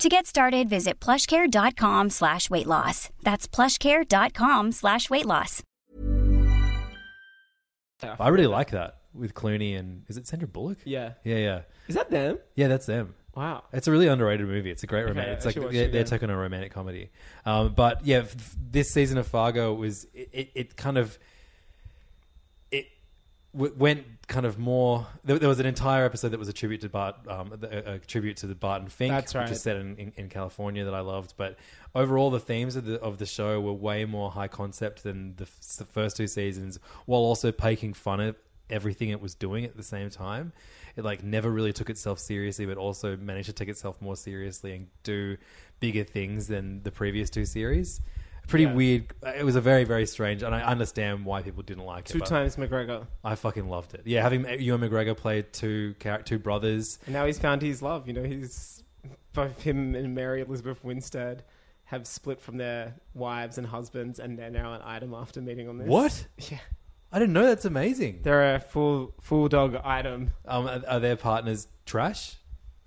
To get started, visit plushcare.com slash weight loss. That's plushcare.com slash weight loss. I really like that with Clooney and is it Sandra Bullock? Yeah. yeah, yeah, Is that them? yeah. That's them. Wow. It's a really underrated movie. It's a great romantic. I it's like should watch they're, it they're again. taking a romantic comedy. Um, but yeah, f- f- this season of Fargo was it, it, it kind of it w- went kind of more. There, there was an entire episode that was a tribute to Bart, um, a, a tribute to the Barton Fink, That's which right. is set in, in, in California that I loved. But overall, the themes of the of the show were way more high concept than the, f- the first two seasons, while also poking fun at everything it was doing at the same time. It like never really took itself seriously, but also managed to take itself more seriously and do bigger things than the previous two series. Pretty weird. It was a very very strange, and I understand why people didn't like Two it. but- times McGregor. I fucking loved it. Yeah, having uh, Ewan McGregor play two char- two brothers. And now he's found his love. You know, he's both him and Mary Elizabeth Winstead have split from their wives and husbands, and they're now an item after meeting on this. What? Yeah, I didn't know that's amazing. they're a full full dog item. Um, are, are their partners trash?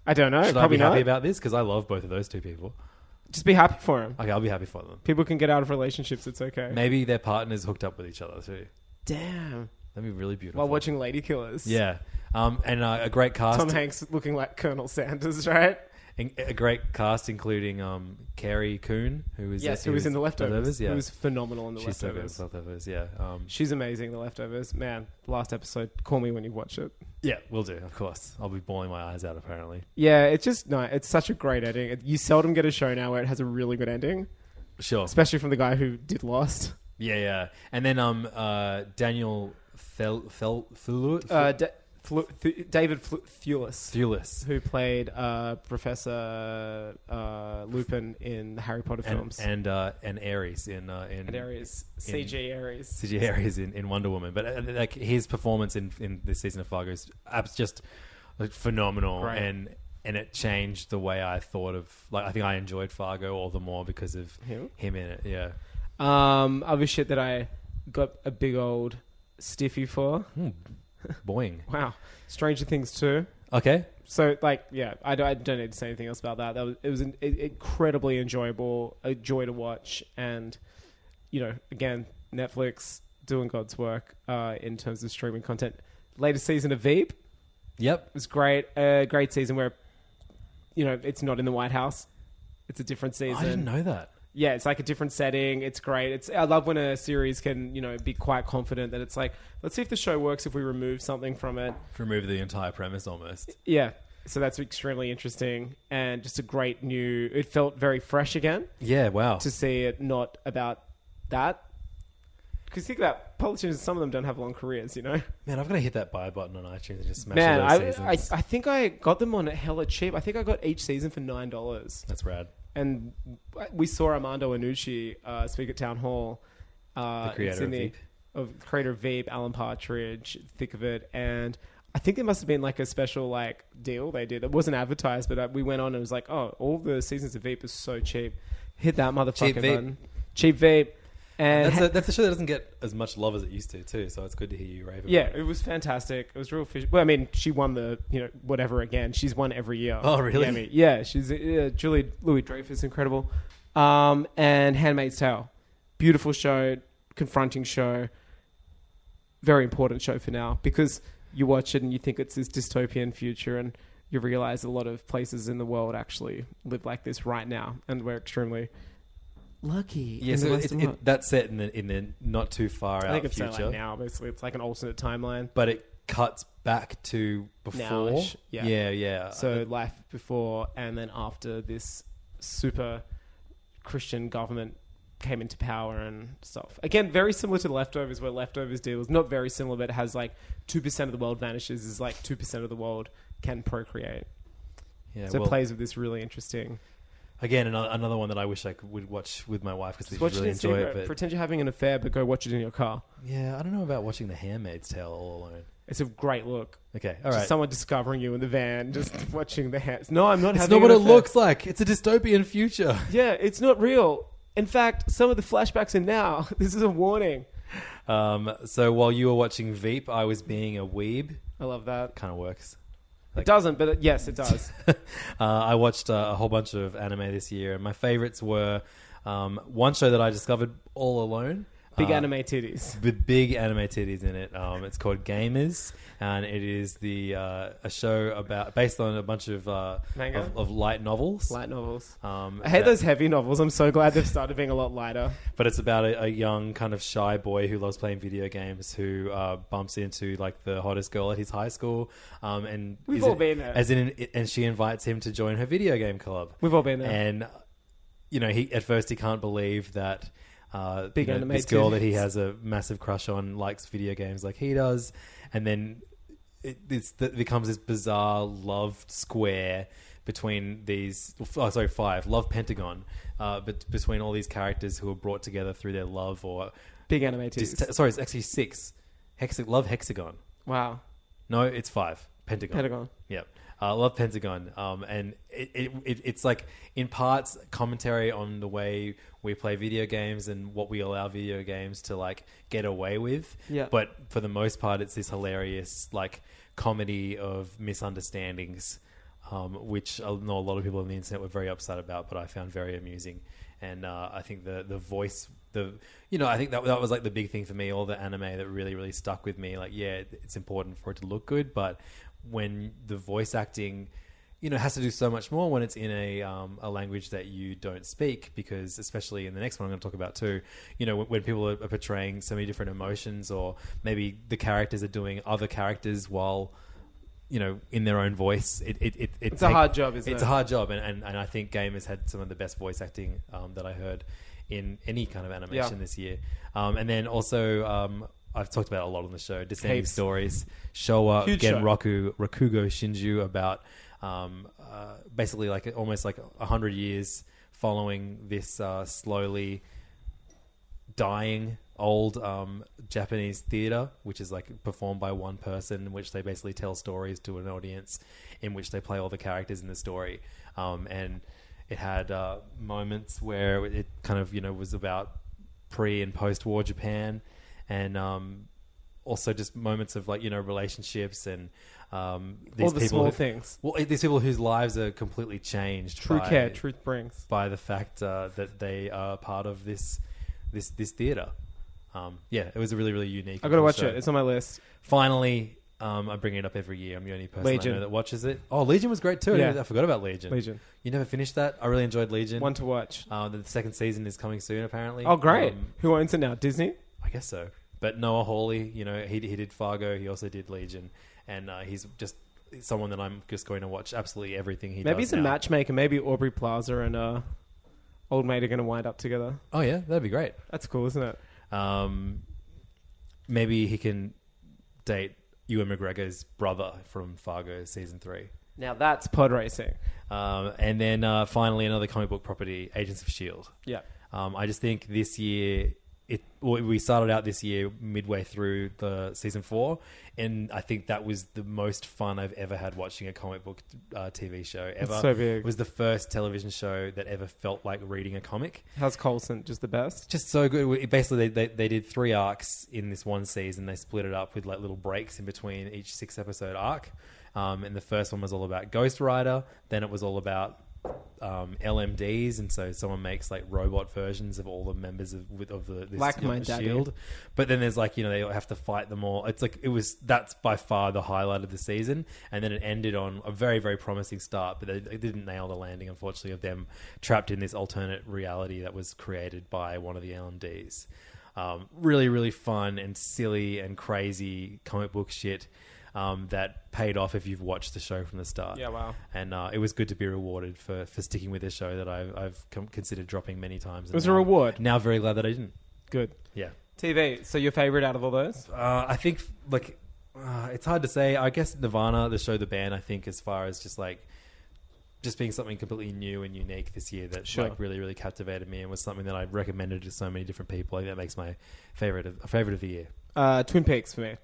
I don't know. Should I probably be not. happy about this? Because I love both of those two people. Just be happy for him. Okay, I'll be happy for them. People can get out of relationships. It's okay. Maybe their partners hooked up with each other too. Damn. That'd be really beautiful. While watching Lady Killers. yeah, um, and uh, a great cast. Tom Hanks looking like Colonel Sanders, right? in- a great cast, including um, Carrie Coon, who is Yes, who was in the leftovers? Yeah, Who was phenomenal in the she's so good in leftovers? the leftovers. Yeah, um, She's amazing. in The leftovers, man. Last episode. Call me when you watch it. yeah, we'll do. Of course, I'll be bawling my eyes out. Apparently, Yeah, it's just no. It's such a great ending. It- You seldom get a show now where it has a really good ending, sure. especially from the guy who did Lost. Yeah, yeah. And then um, uh, Daniel Fel Fel Thelu- Uh, da- Flu- Th- David Flu- Thewlis. Thewlis. Who played uh, Professor uh, Lupin in the Harry Potter and films. and, uh, and Ares in uh, in And Ares. in- CG Ares. CG Ares in, in Wonder Woman. But uh, like his performance in in this season of Fargo is abs- just like, phenomenal, Great. and and it changed the way I thought of like I think I enjoyed Fargo all the more because of Him? him in it. Yeah. Um, other shit that I got a big old stiffy for. Hmm. Boing. Wow. Stranger Things 2. Okay. So, like, yeah, I don't, I don't need to say anything else about that. That was, it was an, i incredibly enjoyable, a joy to watch. And, you know, again, Netflix doing God's work uh, in terms of streaming content. Latest season of Veep. Yep. It was great. A great season where, you know, it's not in the White House. It's a different season. I didn't know that. Yeah, it's like a different setting. It's great. It's I love when a series can you know be quite confident that it's like let's see if the show works if we remove something from it. Remove the entire premise almost. Yeah, so that's extremely interesting and just a great new. It felt very fresh again Yeah. Wow. to see it not about that. Because think about politicians, some of them don't have long careers, you know. Man, I've got to hit that buy button on iTunes and just smash Man, all those I, I I seasons. think I got them on hella cheap. I think I got each season for nine dollars. That's rad. and we saw Armando Anucci uh, speak at town hall. Uh, The creator in Sydney, of Veep. of creator of Veep, Alan Partridge, thick of it, and I think there must have been like a special like deal they did. It wasn't advertised, but uh, we went on and it was like, oh, all the seasons of Veep is so cheap. Hit that motherfucker Cheap Veep. button, cheap Veep, and That's a, that's a show that doesn't get as much love as it used to, too. So it's good to hear you rave about yeah, it. it was fantastic. It was real fish. Well, I mean, she won the you know whatever again. She's won every year. Oh, really? Yeah, I mean, yeah she's uh, Julie Louis Dreyfus, incredible. Um, and Handmaid's Tale, beautiful show, confronting show, very important show for now because you watch it and you think it's this dystopian future and. You realize a lot of places in the world actually live like this right now, and we're extremely lucky. Yeah, in the so it, Western world. it, that's set in the, in the not too far I out think it's set, future, like now. Basically, it's like an alternate timeline. but it cuts back to before. Now-ish, yeah. yeah, yeah. Uh, So life before and then after this super Christian government came into power and stuff. Again, very similar to leftovers where leftovers deals not very similar, but it has like two percent of the world vanishes is like two percent of the world can procreate. yeah, so well, it plays with this really interesting. again another, another one that I wish I could, would watch with my wife because we Just watch really it in enjoy secret. it. But Pretend you're having an affair, but go watch it in your car. yeah, I don't know about watching The Handmaid's Tale all alone. It's a great look. Okay, all Just right. someone discovering you in the van, just watching the hands. No, I'm not It's having not what an it affair. looks like. It's a dystopian future. Yeah, it's not real. In fact, some of the flashbacks are now. This is a warning. Um, so while you were watching Veep, I was being a weeb. I love that. Kind of works. It doesn't, but it, yes, it does. uh, I watched uh, a whole bunch of anime this year, and my favorites were um, one show that I discovered all alone. Big uh, anime titties. with big anime titties in it. Um, it's called Gamers, and it is the uh, a show about based on a bunch of uh, Manga? of, of light novels. Light novels. Um, I hate that- those heavy novels. I'm so glad they've started being a lot lighter. but it's about a, a young kind of shy boy who loves playing video games who uh, bumps into like the hottest girl at his high school, um, and We've is all it- been there. As in, and she invites him to join her video game club. We've all been there. And you know, he at first he can't believe that. Uh, Big you know, anime this girl that he titties. has a massive crush on likes video games like he does, and then it, it's, it becomes this bizarre love square between these. Oh, sorry, five love pentagon, uh, but between all these characters who are brought together through their love or Big anime titties. just, sorry, it's actually six. Hexa, love hexagon. wow. No, it's five pentagon. Pentagon. Yep. I love Pentagon. Um, and it, it, it, it's like, in parts, commentary on the way we play video games and what we allow video games to, like, get away with. Yeah. But for the most part, it's this hilarious, like, comedy of misunderstandings, um, which I know a lot of people on the internet were very upset about, but I found very amusing. And uh, I think the, the voice, the you know, I think that, that was like the big thing for me, all the anime that really, really stuck with me. Like, yeah, it- it's important for it to look good, but when the voice acting you know has to do so much more when it's in a um, a language that you don't speak because especially in the next one I'm going to talk about too you know when, when people are, are portraying so many different emotions or maybe the characters are doing other characters while you know in their own voice it, it, it, it It's a hard job, isn't it's it? a hard job and, and, and I think gamers had some of the best voice acting um, that I heard in any kind of animation Yeah. this year um, and then also um, I've talked about it a lot on the show. Disney Heaps. stories, Showa, Huge show. Genroku, Rakugo, Shinju about um, uh, basically like almost like a hundred years following this uh, slowly dying old um, Japanese theater, which is like performed by one person, in which they basically tell stories to an audience, in which they play all the characters in the story. Um, and it had uh, moments where it kind of you know was about pre and post war Japan, and um, also just moments of like you know relationships and. Um, these All the people small who- things. Well, these people whose lives are completely changed. True by- care, truth brings. by the fact uh, that they are part of this this this theater. Um, yeah, it was a really really unique. I gotta cool watch show. it. It's on my list. Finally, um, I bring it up every year. I'm the only person I Legion. know that watches it. Oh, Legion was great too. I Yeah. didn't- I forgot about Legion. Legion. You never finished that. I really enjoyed Legion. One to watch. Uh, the second season is coming soon, apparently. Oh, great. Um, Who owns it now? Disney? I guess so. But Noah Hawley, you know, he he did Fargo. He also did Legion, and uh, he's just someone that I'm just going to watch absolutely everything he Maybe does. it's a now. matchmaker. Maybe Aubrey Plaza and uh, Old Mate are going to wind up together. Oh yeah, that'd be great. That's cool, isn't it? Um, maybe he can date Ewan McGregor's brother from Fargo season three. Now that's pod racing. Um, and then uh, finally, another comic book property, Agents of Shield. Yeah. Um, I just think this year, it well, we started out this year midway through the season four, and I think that was the most fun I've ever had watching a comic book uh, TV show ever. so big. It was the first television show that ever felt like reading a comic. How's Colson? Just the best? just so good. It- Basically, they, they, they did three arcs in this one season. They split it up with like little breaks in between each six episode arc. Um, and the first one was all about Ghost Rider. Then it was all about um, LMDs, and so someone makes like robot versions of all the members of with, of the this, Like you know, my daddy. shield. But then there's like you know they have to fight them all. It's like it was that's by far the highlight of the season. And then it ended on a very very promising start, but they, they didn't nail the landing unfortunately of them trapped in this alternate reality that was created by one of the LMDs. Um, really really fun and silly and crazy comic book shit. Um, that paid off if you've watched the show from the start. Yeah, wow. And uh, it was good to be rewarded for, for sticking with this show that I've, I've com- considered dropping many times. It was And a now- reward. Now, very glad that I didn't. Good. Yeah. TV. So your favorite out of all those? Uh, I think like uh, it's hard to say. I guess Nirvana, the show, the band. I think as far as just like just being something completely new and unique this year that Sure. like really really captivated me and was something that I recommended to so many different people. I think that makes my favorite of, favorite of the year. Uh, Twin Peaks for me.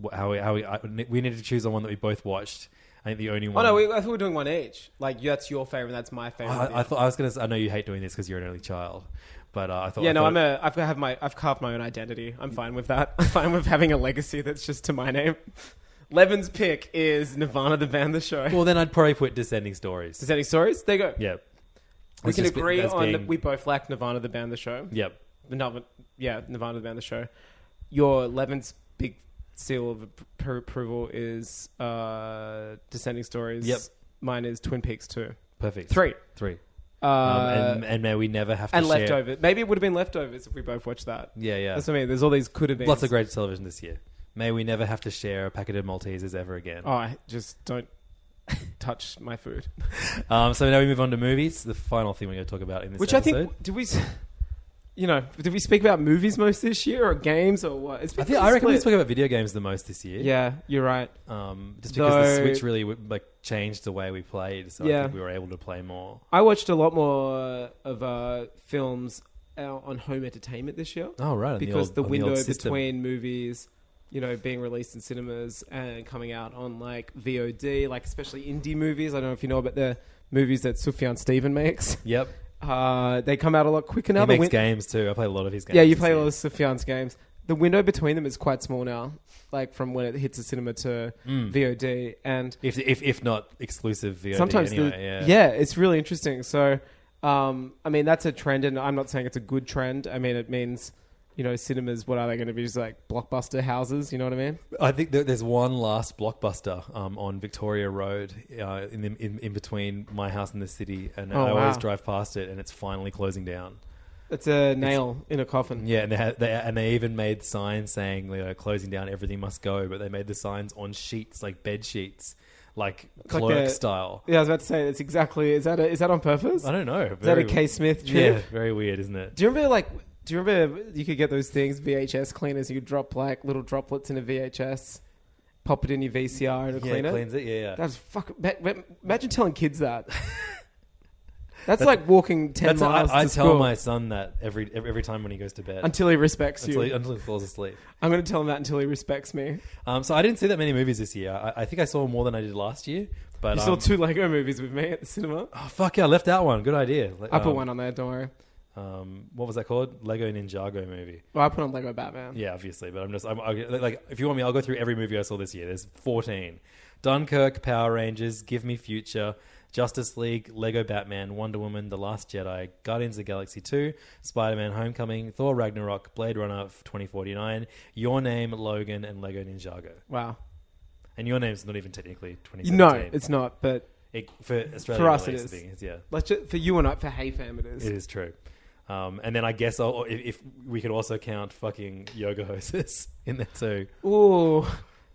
Wh- How we how we, I, we needed to choose on one that we both watched. I think the only Oh one. no, we, I thought we were doing one each. Like that's your favorite, that's my favorite. I, I thought I was gonna. s- I know you hate doing this because you're an only child, but uh, I thought. yeah, I no, thought I'm a. I've got have my. I've carved my own identity. I'm fine with that. I'm fine with having a legacy that's just to my name. Levin's pick is Nirvana, the band, the show. Well, then I'd probably put Descending Stories. Does any stories? There you go. Yeah. we That's can just be- agree that's on. being- we both like Nirvana, the band, the show. Yep. The Nirvana, yeah, Nirvana, the band, the show. Your Levin's big seal of appro- approval is uh, Descending Stories. Yep. Mine is Twin Peaks two, Perfect. three. Three. Uh, um, and, and, and may we never have to share- leftovers. Maybe it would have been leftovers if we both watched that. Yeah, yeah. That's what I mean. There's all these could have been. Lots of great television this year. May we never have to share a packet of Maltesers ever again. Oh, I just don't touch my food. Um, so now we move on to movies. The final thing we're going to talk about in this Which episode. I think did we, s- you know, did we speak about movies most this year or games or what? It's I, been think, pretty I reckon we split. spoke about video games the most this year. Yeah, you're right. Um, just because Though- the Switch really like changed the way we played, so I Yeah. think we were able to play more. I watched a lot more of uh, films out on home entertainment this year. Oh, right, on the because old- the on the window old system. between movies, you know, being released in cinemas and coming out on like VOD, like especially indie movies. I don't know if you know about the movies that Sufjan Steven makes. Yep. Uh, they come out a lot quicker now. he The makes win- games too. I play a lot of his games. Yeah, you this play year. all of Sufjan's games. The window between them is quite small now, like from when it hits the cinema to Hmm. VOD, and if, if if not exclusive VOD. sometimes anyway, the, yeah. it's really interesting. So, um, I mean, that's a trend, and I'm not saying it's a good trend. I mean, it means, you know, cinemas. What are they going to be? Just like blockbuster houses, you know what I mean? I think there, there's one last blockbuster um, on Victoria Road uh, in, the, in in between my house and the city, and Oh, I always wow. drive past it, and it's finally closing down. It's a nail in a coffin. Yeah, and they, had, they and they even made signs saying you know, closing down, everything must go, but they made the signs on sheets like bed sheets, like It's like clerk a- style. Yeah, I was about to say that's exactly. Is that a, is that on purpose? I don't know. Is that a Very- K Smith Yeah, trip? very weird, isn't it? Do you remember like Do you remember you could get those things VHS cleaners? You could drop like little droplets in a VHS, pop it in your VCR, and it'll Yeah, clean it it. cleans it, yeah, yeah. That's fuck. ma- ma- Imagine telling kids that. That's, like walking ten That's- miles. I, I to tell school. my son that every every every time when he goes to bed Until he respects Until you. he- until he falls asleep. I'm going to tell him that until he respects me. Um, so I didn't see that many movies this year. I, I think I saw more than I did last year. But you saw um, two Lego movies with me at the cinema. Oh, fuck yeah, I left out one. Good idea. Le- I put um, one on there. Don't worry. Um, what was that called? Lego Ninjago movie. Well, I put on Lego Batman. Yeah, obviously, but I'm just I'm, I, like if you want me, I'll go through every movie I saw this year. There's 14: Dunkirk, Power Rangers, Give Me Future, Justice League, Lego Batman, Wonder Woman, The Last Jedi, Guardians of the Galaxy 2, Spider-Man: Homecoming, Thor: Ragnarok, Blade Runner 2049, Your Name, Logan, and Lego Ninjago. Wow. And Your Name's not even technically 2017. No, it's not. But It- for Australian for us it release, is. I think it's- yeah. Let's ju- for you and I, for Hey Fam, it is. It is true. Um, and then I guess I'll, if, if we could also count fucking yoga hoses in there too. Ooh,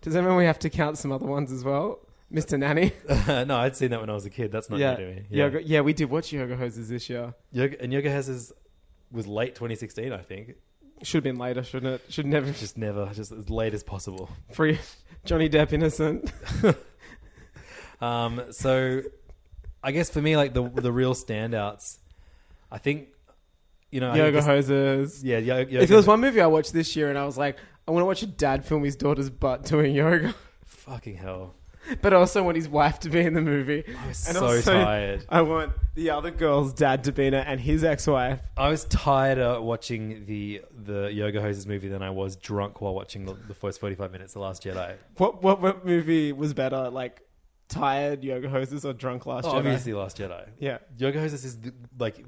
does that mean we have to count some other ones as well? Mr. Nanny. no, I'd seen that when I was a kid. That's not yeah. new to me. Yoga, yeah, we did watch Yoga Hoses this year. Yoga, and yoga hoses was late 2016, I think. Should have been later, shouldn't it? Should never. Just never, just as late as possible. Free Johnny Depp innocent. Um, so, I guess for me, like the the real standouts, I think, you know, I yoga guess- Hoses. Yeah, yo- yoga. If there was one movie I watched this year and I was like, I want to watch a dad film his daughter's butt doing yoga, fucking hell, but I also want his wife to be in the movie. I was And so also, tired. I want the other girl's dad to be in it and his ex-wife. I was tireder watching the the yoga hoses movie than I was drunk while watching the, the first 45 minutes of Last Jedi. What what, what movie was better? Like tired yoga hoses or drunk last? Oh, Jedi? obviously, Last Jedi. Yeah. Yoga Hoses is the, like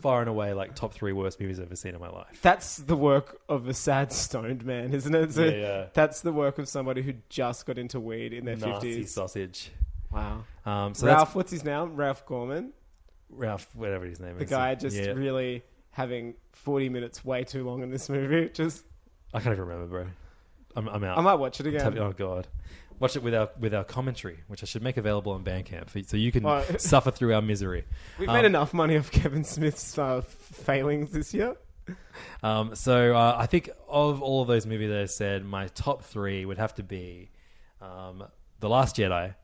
far and away like top three worst movies I've ever seen in my life. That's the work of a sad stoned man, isn't it? So Yeah, yeah. That's the work of somebody who just got into weed in their Nasty fifties. sausage. Wow. Um, so Ralph, that's what's his name? Ralph Gorman, Ralph, whatever his name the is. guy just Yeah. really having forty minutes way too long in this movie. Just I can't even remember, bro. I'm, I'm out. I might watch it Tap- again. Oh god. Watch it with our with our commentary, which I should make available on Bandcamp, for- so you can Oh. suffer through our misery. We've Um, made enough money off Kevin Smith's uh, failings this year. Um, so uh, I think of all of those movies that I said, my top three would have to be um, The Last Jedi,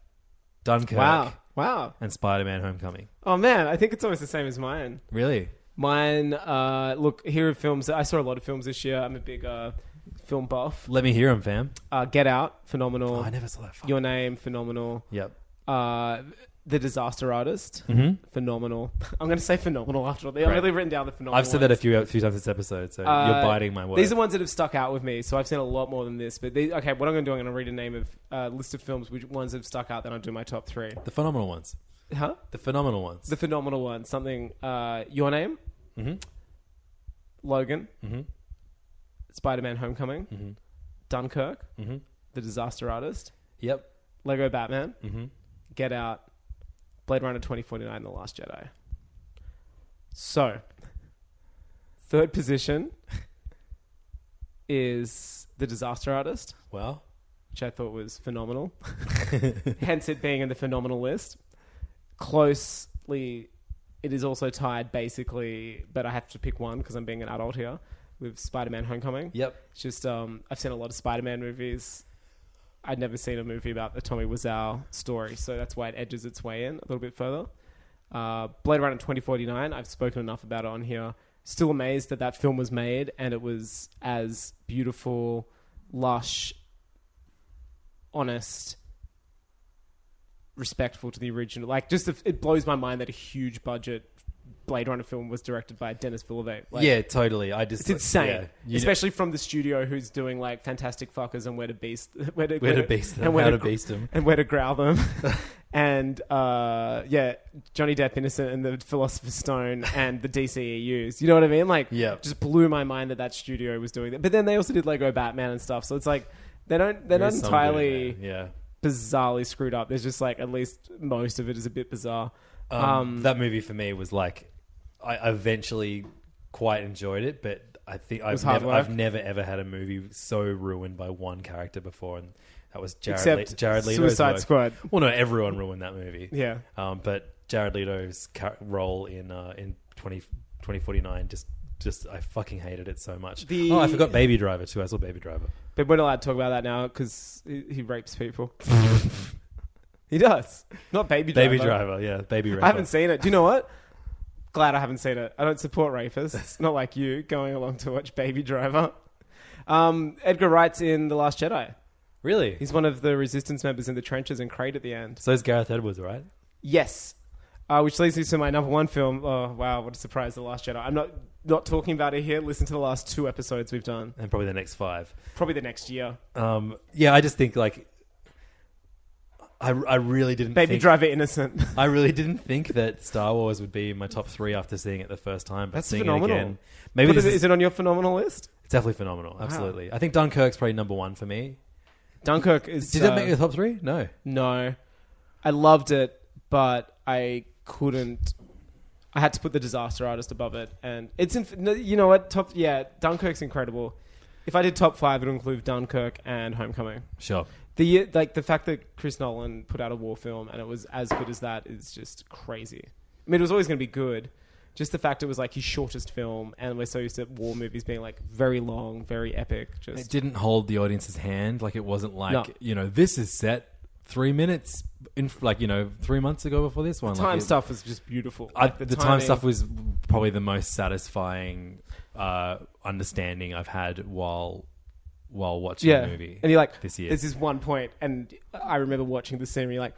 Dunkirk, Wow. Wow. and Spider-Man: Homecoming. Oh man, I think it's almost the same as mine. Really? Mine, uh, look, here are films. I saw a lot of films this year. I'm a big uh, film buff. Let me hear them, fam. Uh, Get Out, phenomenal. Oh, I never saw that. Fuck. Your Name, phenomenal. Yep. Uh, the Disaster Artist, Mhm. phenomenal. I'm going to say phenomenal after all. I've Right. really written down the phenomenal. I've said that a ones. few a few times this episode, so Uh, you're biting my words. These are ones that have stuck out with me, so I've seen a lot more than this. But these, okay, what I'm going to do, I'm going to read a name of uh, list of films, which ones have stuck out, then I'll do my top three. the phenomenal ones. Huh? The phenomenal ones. The phenomenal one, something. Uh, Your Name, Mhm. Logan, Mhm. Spider-Man: Homecoming, Mhm. Dunkirk, Mhm. The Disaster Artist, Yep. Lego Batman, Mhm. Get Out, Blade Runner 2049, The Last Jedi. So, third position is The Disaster Artist, Well, which I thought was phenomenal. Hence it being in the phenomenal list. Closely, it is also tied basically, but I have to pick one because I'm being an adult here with Spider Man Homecoming. yep. It's just um, I've seen a lot of Spider-Man movies. I'd never seen a movie about the Tommy Wiseau story, so that's why it edges its way in a little bit further. Uh, Blade Runner 2049. I've spoken enough about it on here. Still amazed that that film was made and it was as beautiful, lush, honest, respectful to the original. Like, just the, it blows my mind that a huge budget Blade Runner film was directed by Dennis Villeneuve. Like, yeah, totally. I just it's insane, yeah. You- especially from the studio who's doing like fantastic fuckers and where to beast, where to, Where to beast them, and where how to, to beast them. and where to growl them, and uh, yeah, Johnny Depp innocent and the Philosopher's Stone and the DCEUs. You know what I mean? Like, Yeah. just blew my mind that that studio was doing that. But then they also did Lego Batman and stuff, so it's like they don't they're there not is some good in entirely there, Yeah. bizarrely screwed up. There's just like at least most of it is a bit bizarre. Um, that movie for me was like, I eventually quite enjoyed it, but I think I've was hard never, I've work. never ever had a movie so ruined by one character before, and that was Jared. Except Le- Jared Leto's Suicide work. Squad. Well, no, everyone ruined that movie. Yeah. um, but Jared Leto's ca- role in uh, in 20, 2049 just just I fucking hated it so much. The- Oh, I forgot Baby Driver too. I saw Baby Driver. But we're not allowed to talk about that now because he, he rapes people. he does. Not baby driver. Baby Driver, yeah, Baby I Raper. haven't seen it. Do you know what? Glad I haven't seen it. I don't support rapists. not like you going along to watch Baby Driver. Um, Edgar Wright's in The Last Jedi. Really? He's one of the resistance members in the trenches and Crate at the end. So is Gareth Edwards, right? Yes. Uh, which leads me to my number one film. Oh, wow, what a surprise, The Last Jedi. I'm not, not talking about it here. Listen to the last two episodes we've done. And probably the next five. Probably the next year. Um, yeah, I just think like I, I really didn't Baby think- Driver Innocent. I really didn't think that Star Wars would be in my top three after seeing it the first time. But That's seeing phenomenal. it again, maybe What this is, it- is, is it on your phenomenal list? it's definitely phenomenal. Absolutely, I think Dunkirk's probably number one for me. Dunkirk is. uh, Did that make the top three? No. No, I loved it, but I couldn't. I had to put the Disaster Artist above it, and it's in, no, you know what top yeah Dunkirk's incredible. If I did top five, it would include Dunkirk and Homecoming. Sure. The like the fact that Chris Nolan put out a war film and it was as good as that is just crazy. I mean, it was always going to be good. Just the fact it was like his shortest film, and we're so used to war movies being like very long, very epic. Just It didn't hold the audience's hand. Like it wasn't like No. you know this is set three minutes in like you know three months ago before this one. time like it- stuff was just beautiful. I, Like, the, time timing- stuff was probably the most satisfying uh, understanding I've had while while watching yeah. the movie. And you're like, this year, There's this one point, and I remember watching the scene. And you're like,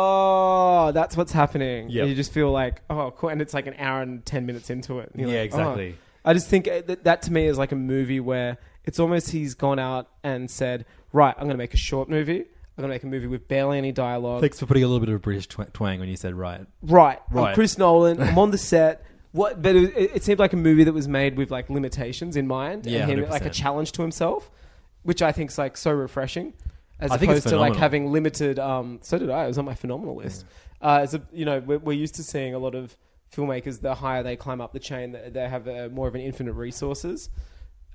oh, that's what's happening. Yep. And you just feel like, oh, cool. And it's like an hour and ten minutes into it. and you're Yeah, like, oh. exactly. I just think that, that to me is like a movie where it's almost he's gone out and said, right, I'm going to make a short movie. I'm going to make a movie with barely any dialogue. thanks for putting a little bit of British tw- twang when you said right. Right. I'm Right. Chris Nolan. I'm on the set. What? But it, it seemed like a movie that was made with like limitations in mind, Yeah, and him, like a 100%. challenge to himself, which I think is like so refreshing, as I think it's opposed to like phenomenal. having limited. Um, so did I. It was on my phenomenal list. Uh, as a, you know, we're, we're used to seeing a lot of filmmakers. The higher they climb up the chain, they, they have uh more of an infinite resources.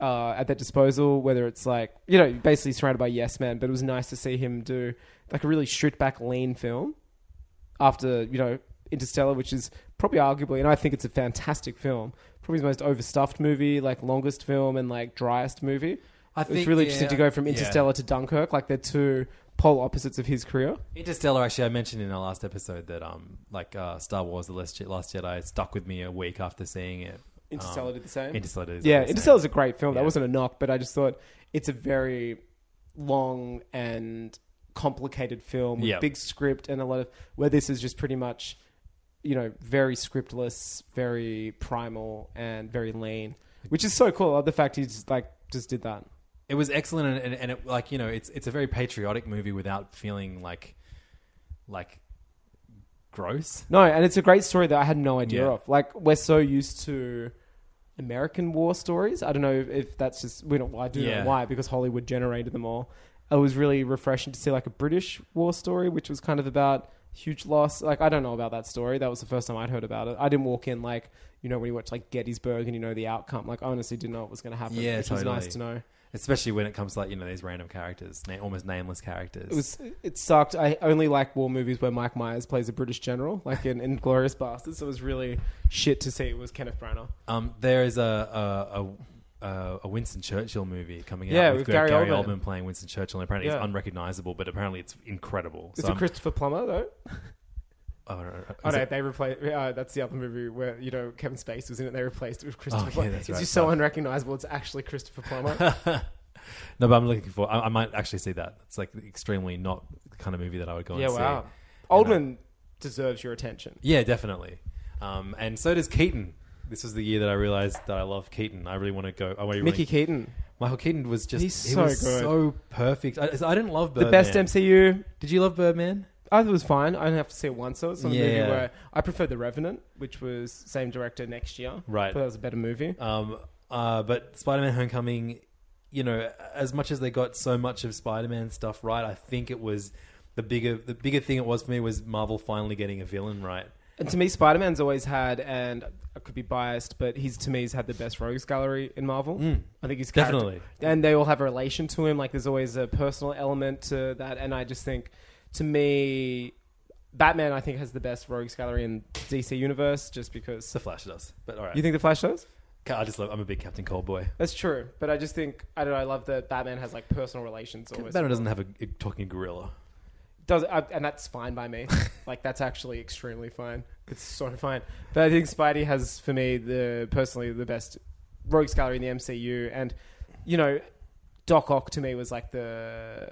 Uh, at their disposal, whether it's like you know, basically surrounded by yes men, but it was nice to see him do like a really stripped back, lean film after you know Interstellar, which is probably arguably, and I think it's a fantastic film. Probably the most overstuffed movie, like longest film and like driest movie. I it's think- really interesting yeah, to go from yeah. Interstellar to Dunkirk, like they're two polar opposites of his career. Interstellar. Actually, I mentioned in our last episode that um, like uh, Star Wars: The Last Je- Last Jedi stuck with me a week after seeing it. Um, Interstellar did the same. Oh. Interstellar. Did yeah, the same. Interstellar's a great film. That Yeah. wasn't a knock, but I just thought it's a very long and complicated film with Yeah. big script and a lot of where this is just pretty much, you know, very scriptless, very primal, and very lean, which is so cool. I love the fact he's like just did that. It was excellent, and, and, and it like you know, it's it's a very patriotic movie without feeling like like gross. No, and it's a great story that I had no idea Yeah. of. Like we're so used to American war stories. I don't know if that's just we don't. well, I do Yeah. know why because Hollywood generated them all. It was really refreshing to see like a British war story, which was kind of about huge loss. Like I don't know about that story. That was the first time I'd heard about it. I didn't walk in like you know when you watch like Gettysburg and you know the outcome. Like I honestly didn't know what was going to happen. Yeah, which totally. was nice to know. Especially when it comes to like you know these random characters, na- almost nameless characters. It was it sucked. I only like war movies where Mike Myers plays a British general, like in Inglorious Bastards. So it was really shit to see. It was Kenneth Branagh. Um, there is a a, a a Winston Churchill movie coming Yeah, out with, with Gary, Gary Oldman. Oldman playing Winston Churchill. And apparently, Yeah. it's unrecognizable, but apparently, it's incredible. Is So it I'm- Christopher Plummer though? oh, no, no, no. Oh Is no, it- they replaced. Uh, that's the other movie where you know Kevin Spacey was in it. They replaced it with Christopher. Oh, yeah, Plummer. that's it's right. just so Fuck. unrecognizable. It's actually Christopher Plummer. no, but I'm looking for. I, I might actually see that. It's like extremely not the kind of movie that I would go yeah, and see. wow. Oldman deserves your attention. Yeah, definitely. Um, and so does Keaton. This was the year that I realized that I love Keaton. I really want to go. I really Mickey wanna- Keaton, Michael Keaton was just He's he so was good. so perfect. I, I didn't love the Birdman. best MCU. Did you love Birdman? I thought it was fine. I didn't have to see it once. So it was a movie Yeah. where I preferred The Revenant, which was same director next year. Right. but that was a better movie. Um, uh, but Spider-Man: Homecoming, you know, as much as they got so much of Spider-Man stuff right, I think it was the bigger the bigger thing it was for me was Marvel finally getting a villain right. And to me, Spider Man's always had, and I could be biased, but he's to me he's had the best rogues gallery in Marvel. I think he's Definitely. and they all have a relation to him. Like there's always a personal element to that, and I just think, to me, Batman I think has the best rogues gallery in DC universe, just because. The Flash does, but all right. You think the Flash does? I just love. I'm a big Captain Cold boy. That's true, but I just think I don't know. I love that Batman has like personal relations. Always Batman doesn't have a, a talking gorilla. does, I, and that's fine by me. like that's actually extremely fine. It's so fine. But I think Spidey has for me the personally the best rogues gallery in the MCU, and you know, Doc Ock to me was like the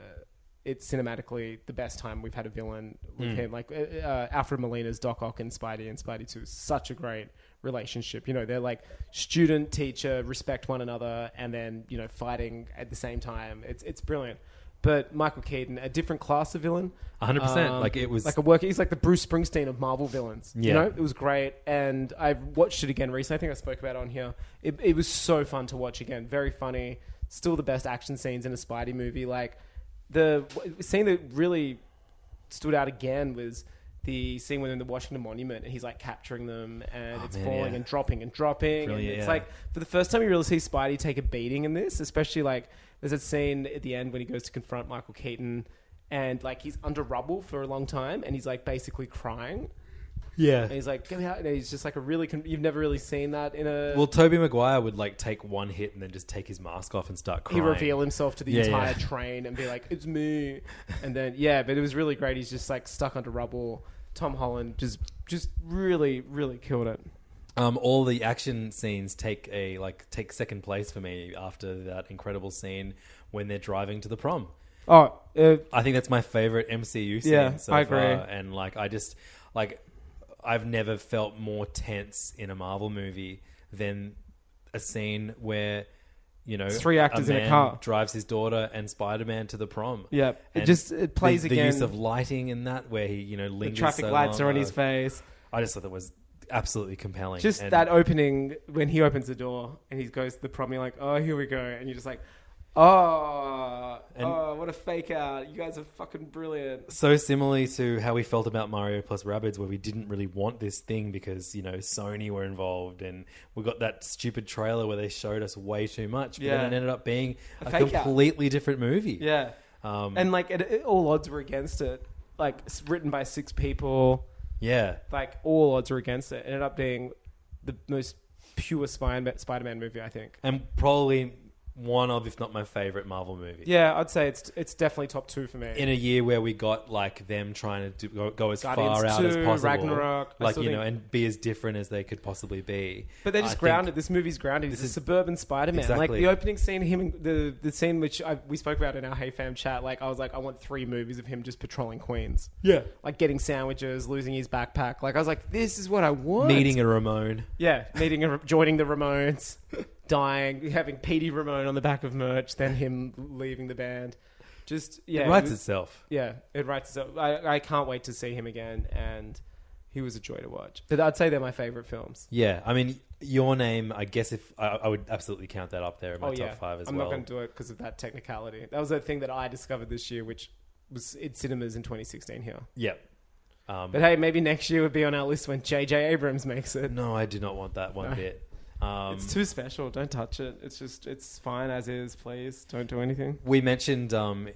it's cinematically the best time we've had a villain with Mm. him. Like uh, uh, Alfred Molina's Doc Ock and Spidey and Spidey Two is such a great relationship. You know, they're like student teacher respect one another, and then you know fighting at the same time. It's it's brilliant. But Michael Keaton, a different class of villain. Um, 100%, like, it was- like a worker. He's like the Bruce Springsteen of Marvel villains. You Yeah. know, it was great, and I watched it again recently. I think I spoke about it on here. It, it was so fun to watch again. Very funny. Still the best action scenes in a Spidey movie. Like the w- scene that really stood out again was the scene when they're in the Washington Monument and he's like capturing them and it's Oh, man, falling yeah. and dropping and dropping and Brilliant, it's yeah. like for the first time you really see Spidey take a beating in this, especially like there's that scene at the end when he goes to confront Michael Keaton and like he's under rubble for a long time and he's like basically crying. Yeah. And he's like, get me out. And he's just like a really, con- you've never really seen that in a. Well, Toby Maguire would like take one hit and then just take his mask off and start he crying. reveal himself to the Yeah, entire yeah. train and be like, "It's me," and then yeah, but it was really great. He's just like stuck under rubble. Tom Holland just just really really killed it. Um, all the action scenes take a like take second place for me after that incredible scene when they're driving to the prom. Oh, uh, I think that's my favorite MCU scene Yeah, so I far, agree. and like I just like I've never felt more tense in a Marvel movie than a scene where you know It's three actors in a man car. drives his daughter and Spider Man to the prom. Yeah, it And just- it plays the, the use again- of lighting in that where he you know the lingers traffic so lights long. are on his Uh, face. I just thought that was absolutely compelling. Just And- that opening when he opens the door and he goes to the prom. You're like, oh, here we go, and you're just like, oh, And- oh, what a fake out! You guys are fucking brilliant. so similarly to how we felt about Mario plus Rabbids, where we didn't really want this thing because you know Sony were involved, and we got that stupid trailer where they showed us way too much, but Yeah. then it ended up being A a, fake out. completely different movie. Yeah. Um, and like it, it- all odds were against it. Like it's written by six people, yeah, like all odds were against it. It ended up being the most pure Spider- Spider-Man movie, I think. and probably one of, if not my favorite Marvel movie. Yeah, I'd say it's it's definitely top two for me. In a year where we got like them trying to do, go, go as Guardians far out as 2, possible, Ragnarok, I like still you know, think- and be as different as they could possibly be. but they're I just think- grounded. This movie's grounded. It's a suburban Spider-Man. Like Exactly. the opening scene, him and the the scene which I, we spoke about in our Hey Fam chat. Like I was like, I want three movies of him just patrolling Queens. Yeah. like getting sandwiches, losing his backpack. Like I was like, this is what I want. meeting a Ramon. Yeah, meeting, a, joining the Ramones, dying, having Petey Ramone on the back of merch, then him leaving the band. Just yeah, it writes was- itself. Yeah, it writes itself. I, I can't wait to see him again, and he was a joy to watch. But I'd say they're my favorite films. Yeah, I mean, your name. I guess if I, I would absolutely count that up there in my oh top yeah, five as I'm well. not going to do it because of that technicality. That was a thing that I discovered this year, which was in cinemas in 2016 here. yeah. Um, But hey, maybe next year would be on our list when J.J. Abrams makes it. no, I do not want that one No. bit. Um, It's too special. Don't touch it. It's just it's fine as is. Please don't do anything. we mentioned um,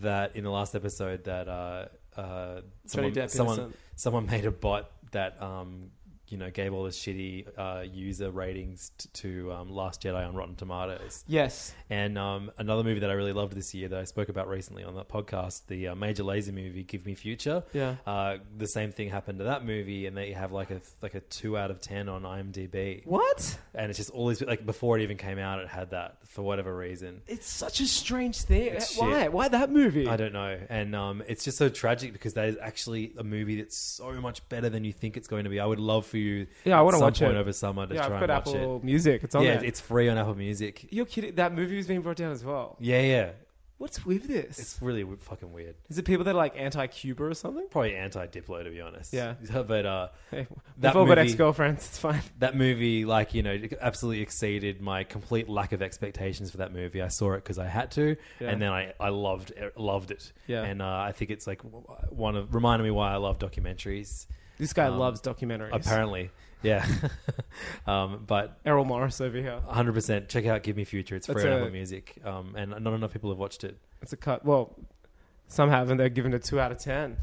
that in the last episode that uh, uh, someone, Depp someone, innocent. someone made a bot that um, you know gave all the shitty uh, user ratings t- to um, Last Jedi on Rotten Tomatoes. Yes. And um, another movie that I really loved this year that I spoke about recently on that podcast, the uh, Major Laser movie, Give Me Future. Yeah. Uh, the same thing happened to that movie, and they have like a like a two out of ten on IMDb. What? And it's just all these like before it even came out, it had that for whatever reason. It's such a strange thing. It's Why? shit. Why that movie? I don't know, and um, it's just so tragic because that is actually a movie that's so much better than you think it's going to be. I would love for you, Yeah, I at want to some watch point it over summer to yeah, try I've got and watch Apple it. Music. It's on yeah, there. it's free on Apple Music. You're kidding. That movie was being brought down as well. Yeah, yeah, What's with this? it's really w- fucking weird. Is it people that are like anti-Cuba or something? probably anti Diplo to be honest. Yeah. but uh, Hey, that We've all got movie- ex-girlfriends. It's fine. that movie, like you know, it absolutely exceeded my complete lack of expectations for that movie. I saw it because I had to, Yeah. and then I, I loved it- loved it. Yeah. and uh, I think it's like w- one of reminded me why I love documentaries. This guy Um, loves documentaries. Apparently, yeah. um, but Errol Morris over here. 100 percent check out Give Me Future. It's That's free on a- Apple Music, um, and not enough people have watched it. It's a cut. Well, some have, and they're given a two out of ten.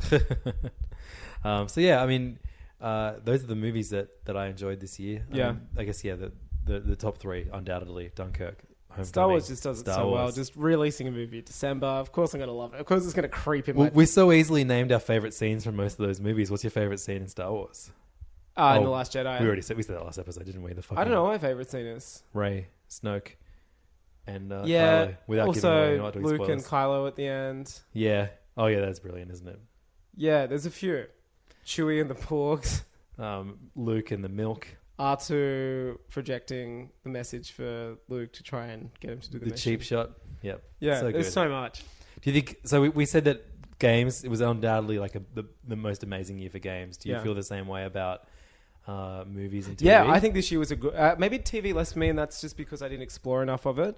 um, so yeah, I mean, uh, those are the movies that, that I enjoyed this year. I Yeah. mean, I guess yeah, the the, the top three, undoubtedly. Dunkirk. Home Star for me. Wars just does it Star so well. Wars. Just releasing a movie in December. Of course, I'm going to love it. Of course, it's going to creep in We- my. we so easily named our favorite scenes from most of those movies. What's your favorite scene in Star Wars? Uh, in The Last Jedi. Oh, We already said we said that last episode, didn't we? The fucking I don't know what my favorite scene is. Ray, Snoke, and uh, yeah. Kylo, without also, giving away, not doing Luke spoilers. and Kylo at the end. yeah. Oh yeah, that's brilliant, isn't it? Yeah, there's a few. Chewie and the Porgs. Um, Luke and the milk, R2 projecting the message for Luke to try and get him to do the, the mission. cheap shot. Yep. Yeah, so there's good. so much. Do you think? So we, we said that games. It was undoubtedly like a, the the most amazing year for games. Do you Yeah. feel the same way about uh, movies and TV? Yeah, I think this year was a good. Uh, maybe TV less for me, and that's just because I didn't explore enough of it.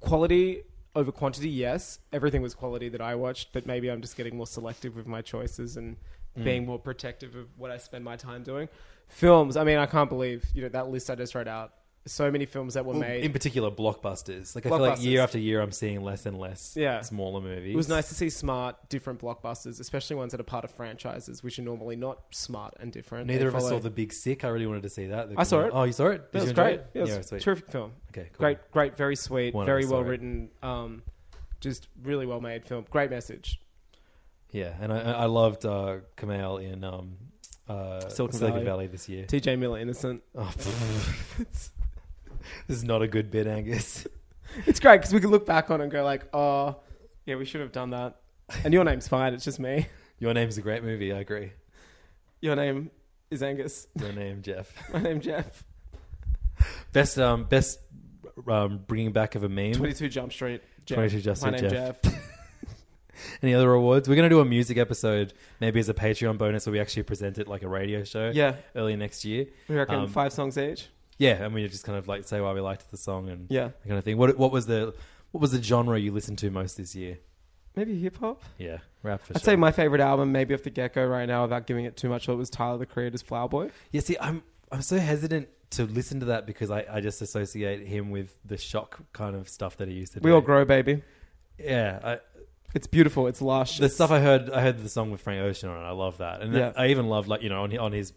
Quality over quantity, yes. Everything was quality that I watched, but maybe I'm just getting more selective with my choices and Mm. being more protective of what I spend my time doing. Films, I mean, I can't believe you know that list I just read out. So many films that were Well, made. in particular blockbusters. Like I feel like Blockbusters. year after year, I'm seeing less and less. yeah. smaller movies. It was nice to see smart, different blockbusters, especially ones that are part of franchises, which are normally not smart and different. They Neither of us follow- saw The Big Sick. I really wanted to see that. I saw it. Oh, you saw it? Did That you was enjoy great. It? Yeah, it was sweet. terrific film. Okay, cool. Great, great, very sweet, One of very us saw well it. written. Um, just really well made film. Great message. Yeah, and I, I loved uh, Kamal in um, uh, Silicon, Valley. this year. T.J. Miller, innocent. Oh, this is not a good bit, Angus. It's great because we can look back on it and go like, oh, yeah, we should have done that. And your name's fine. It's just me. Your name's a great movie. I agree. Your name is Angus. Your name, Jeff. My name Jeff. Best, um, best, um, bringing back of a meme. Twenty two Jump Street. Jeff. 22 Jump My Street, name Jeff. Jeff. Any other awards? We're going to do a music episode, maybe as a Patreon bonus, where we actually present it like a radio show. Yeah. Early next year. We reckon Um, five songs each. Yeah, and we just kind of like say why we liked the song and Yeah. that kind of thing. What what was the what was the genre you listened to most this year? Maybe hip hop. Yeah, rap for I'd sure. say my favorite album, maybe off the get go right now, without giving it too much, thought was Tyler the Creator's Flower Boy. yeah, see, I'm I'm so hesitant to listen to that because I, I just associate him with the shock kind of stuff that he used to do. We all grow, baby. Yeah, I, It's beautiful. It's lush. the stuff I heard I heard the song with Frank Ocean on it. I love that, and that- Yeah. I even love like you know on on his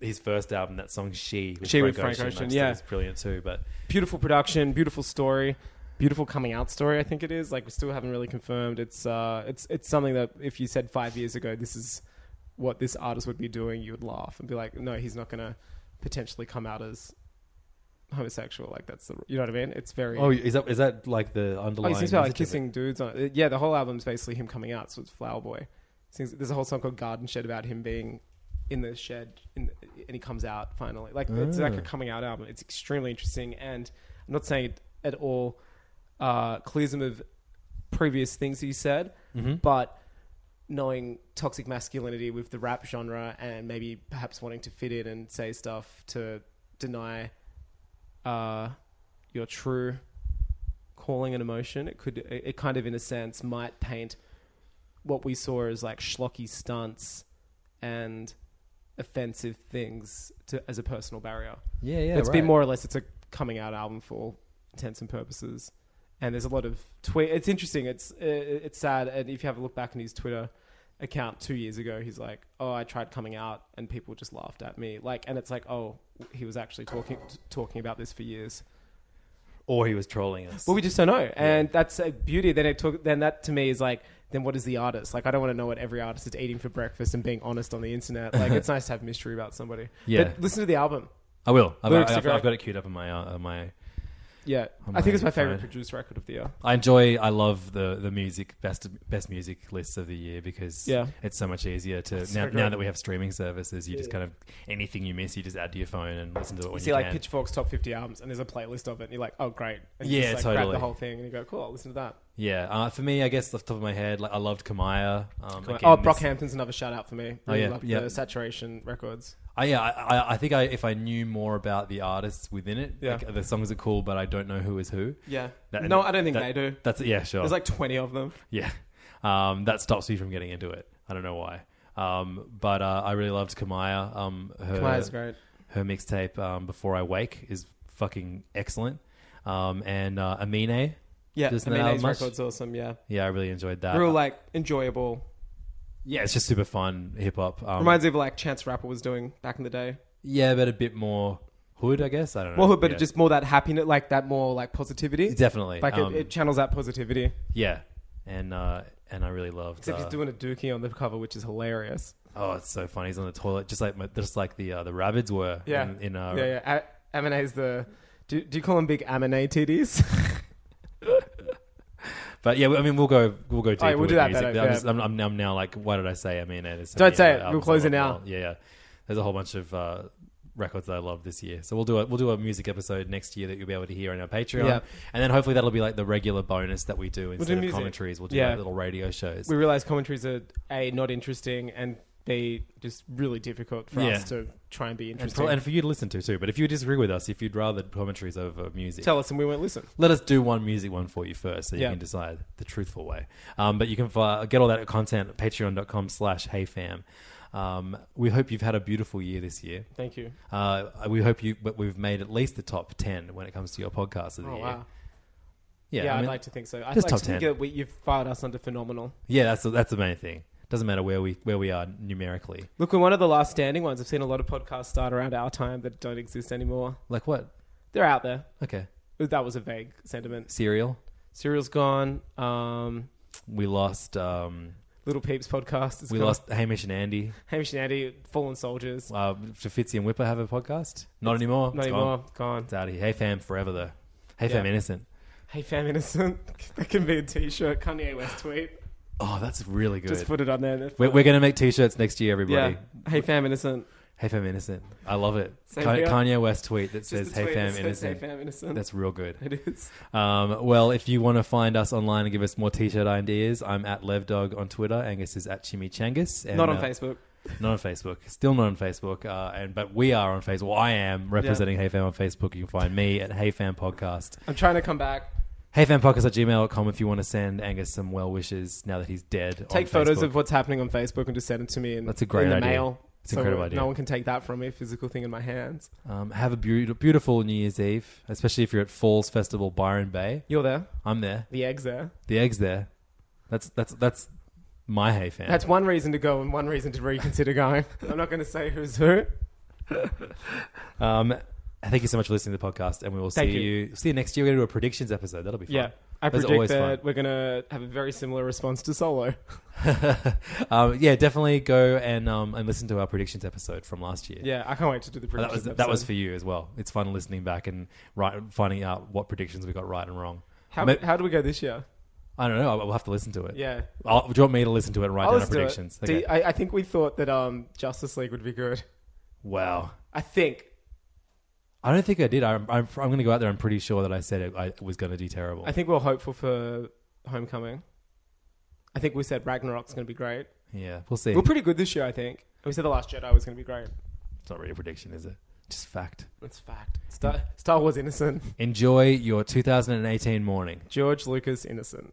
his first album that song she with She Frank with Frank Ocean, Ocean, I just yeah. think it's brilliant too. But beautiful production, beautiful story, beautiful coming out story. I think it is. Like we still haven't really confirmed. It's uh, it's it's something that if you said five years ago, this is what this artist would be doing, you would laugh and be like, no, he's not gonna potentially come out as homosexual. Like that's the you know what I mean? It's very oh, is that is that like the Oh, he underlying? sings about like message of it? kissing dudes on it. Yeah, the whole album's basically him coming out. So it's Flower Boy. Sings, there's a whole song called Garden Shed about him being in the shed, in, and he comes out finally. Like it's like a Ah. coming out album. It's extremely interesting, and I'm not saying it at all uh, clears him of previous things he said, Mhm. but knowing toxic masculinity with the rap genre and maybe perhaps wanting to fit in and say stuff to deny uh, your true calling an emotion. It could, it it kind of, in a sense, might paint what we saw as like schlocky stunts and offensive things to, as a personal barrier. Yeah, yeah, It's right. been more or less it's a coming out album for all intents and purposes. And there's a lot of tweet. It's interesting. It's uh, it's sad. And if you have a look back in his Twitter account two years ago, he's like, "Oh, I tried coming out, and people just laughed at me." Like, and it's like, "Oh, he was actually talking talking about this for years." or he was trolling us. Well, we just don't know, and that's a beauty. Then it took. Then that to me is like, then what is the artist? Like, I don't want to know what every artist is eating for breakfast and being honest on the internet. Like, it's nice to have mystery about somebody. Yeah. But listen to the album. I will. I've, Lyrics I've, are I've, great. got it queued up on my uh, on my. Yeah, on I think it's my favorite phone. produced record of the year. I enjoy. I love the the music best best music lists of the year because Yeah. it's so much easier to It's now, so now great. that we have streaming services. You just kind of anything you miss, you just add to your phone and listen to it. When You you see, like can. Pitchfork's top fifty albums, and there's a playlist of it, and you're like, oh, great. And you Yeah, just, like, Grab totally. the whole thing, and you go, cool. I'll listen to that. Yeah, uh, for me, I guess off the top of my head, like I loved Kamaya. Um, again, oh, this- Brockhampton's another shout out for me. Oh, Really yeah, love yeah. the Saturation Records. I, yeah, I, I- I think I, if I knew more about the artists within it, Yeah. like, the songs are cool, but I don't know who is who. Yeah. That- no, I don't think that- they do. That's yeah, sure. There's like twenty of them. yeah, um, that stops me from getting into it. I don't know why, um, but uh, I really loved Kamaya. Um, her, Kamaya's great. Her mixtape um, "Before I Wake" is fucking excellent, um, and uh, Amine. Yeah, doesn't I mean, that these much? records awesome. Yeah, Yeah, I really enjoyed that. real like enjoyable. yeah, it's just super fun hip hop. Um, Reminds me of like Chance Rapper was doing back in the day. Yeah, but a bit more hood, I guess. I don't know. Well, but Yeah. just more that happiness, like that more like positivity. Definitely, Like um, it, it channels that positivity. yeah, and uh, and I really loved. Except uh, he's doing a dookie on the cover, which is hilarious. Oh, it's so funny. He's on the toilet, just like my- just like the uh, the rabbits were. Yeah. In, in uh, yeah, yeah. A- Aminé's the. Do, do you call them big Aminé titties? But yeah, I mean, we'll go we'll go Oh, deeper. yeah, we'll do with that music. better, I'm, yeah. just, I'm, I'm, I'm now like, why did I say? I mean, there's so Don't many say other it. We'll albums close I it love. now. Yeah, yeah. There's a whole bunch of uh, records that I love this year, so we'll do a, we'll do a music episode next year that you'll be able to hear on our Patreon, Yeah. and then hopefully that'll be like the regular bonus that we do instead of music. commentaries. We'll do Yeah. like little radio shows. we realize commentaries are a not interesting and b just really difficult for Yeah. us to try and be and interesting. for, and for you to listen to too. But if you disagree with us, if you'd rather commentaries over music, Tell us and we won't listen. Let us do one music one for you first, so you Yeah. can decide the truthful way. Um, but you can fi- get all that content at patreon.com slash heyfam. Um, we hope you've had a beautiful year this year. Thank you. Uh, we hope you, but we've made at least the top 10 when it comes to your podcast of the Oh, year. wow. Yeah, Yeah, I I would mean, like to think so. I'd just like top to think 10. that we, you've fired us under phenomenal. Yeah, that's the, that's the main thing. Doesn't matter where we where we are numerically. Look, we're one of the last standing ones. I've seen a lot of podcasts start around our time that don't exist anymore. Like what? They're out there. Okay. That was a vague sentiment. Serial. Serial's gone. Um, We lost. Um, Little Peeps podcast. is we gone. lost Hamish and Andy. Hamish and Andy, Fallen Soldiers. Uh, do Fitzy and Whipper have a podcast? Not anymore. Not It's anymore. Gone. Gone. It's out of here. Hey fam, forever though. Hey Yeah. fam, innocent. Hey, fam innocent. that can be a T-shirt. Kanye West tweet. Oh, that's really good. Just put it on there. That's We're, fine. we're gonna make t-shirts next year, everybody. Yeah. Hey, fam innocent. Hey fam, innocent. I love it. Same Ka- here. Kanye West tweet that Just says the Hey tweet fam, that says, innocent. "Hey, fam, innocent." That's real good. It is. Um, well, if you want to find us online and give us more t-shirt ideas, I'm at Levdog on Twitter. Angus is at Chimichangas. And, Not on uh, Facebook. Not on Facebook. Still not on Facebook. Uh, and but we are on Facebook. Well, I am representing Hey Fam on Facebook. You can find me at Hey Fam Podcast. I'm trying to come back. HeyFanPodcast at gmail.com if you want to send Angus some well wishes now that he's dead. Take on photos Facebook. of what's happening on Facebook and just send it to me. In, That's a great in the idea. mail. It's an incredible idea. No one can take that from me. Physical thing in my hands. Um, have a beautiful, beautiful New Year's Eve, especially if you're at Falls Festival, Byron Bay. You're there. I'm there. The eggs there. The egg's there. That's that's that's my hey fan. That's one reason to go and one reason to reconsider going. I'm not going to say who's who. um, thank you so much for listening to the podcast, and we will Thank see you. you. See you next year. We're gonna do a predictions episode. That'll be fun. Yeah. I Those are predict always that we're going to have a very similar response to Solo. um, yeah, definitely go and um, and listen to our predictions episode from last year. Yeah, I can't wait to do the Oh, That predictions was that was episode. for you as well. It's fun listening back and right, finding out what predictions we got right and wrong. How, Ma- how do we go this year? I don't know. I'll, I'll have to listen to it. Yeah. I'll, do you want me to listen to it and write I'll down our just do it. predictions? Do you- I, I think we thought that um, Justice League would be good. wow. I think. I don't think I did. I, I'm, I'm going to go out there. I'm pretty sure that I said it, I was going to do terrible. I think we we're hopeful for Homecoming. I think we said Ragnarok's going to be great. Yeah, we'll see. We're pretty good this year, I think. We said The Last Jedi was going to be great. it's not really a prediction, is it? Just fact. That's fact. Star, Star Wars Innocent. Enjoy your 2018 morning. George Lucas Innocent.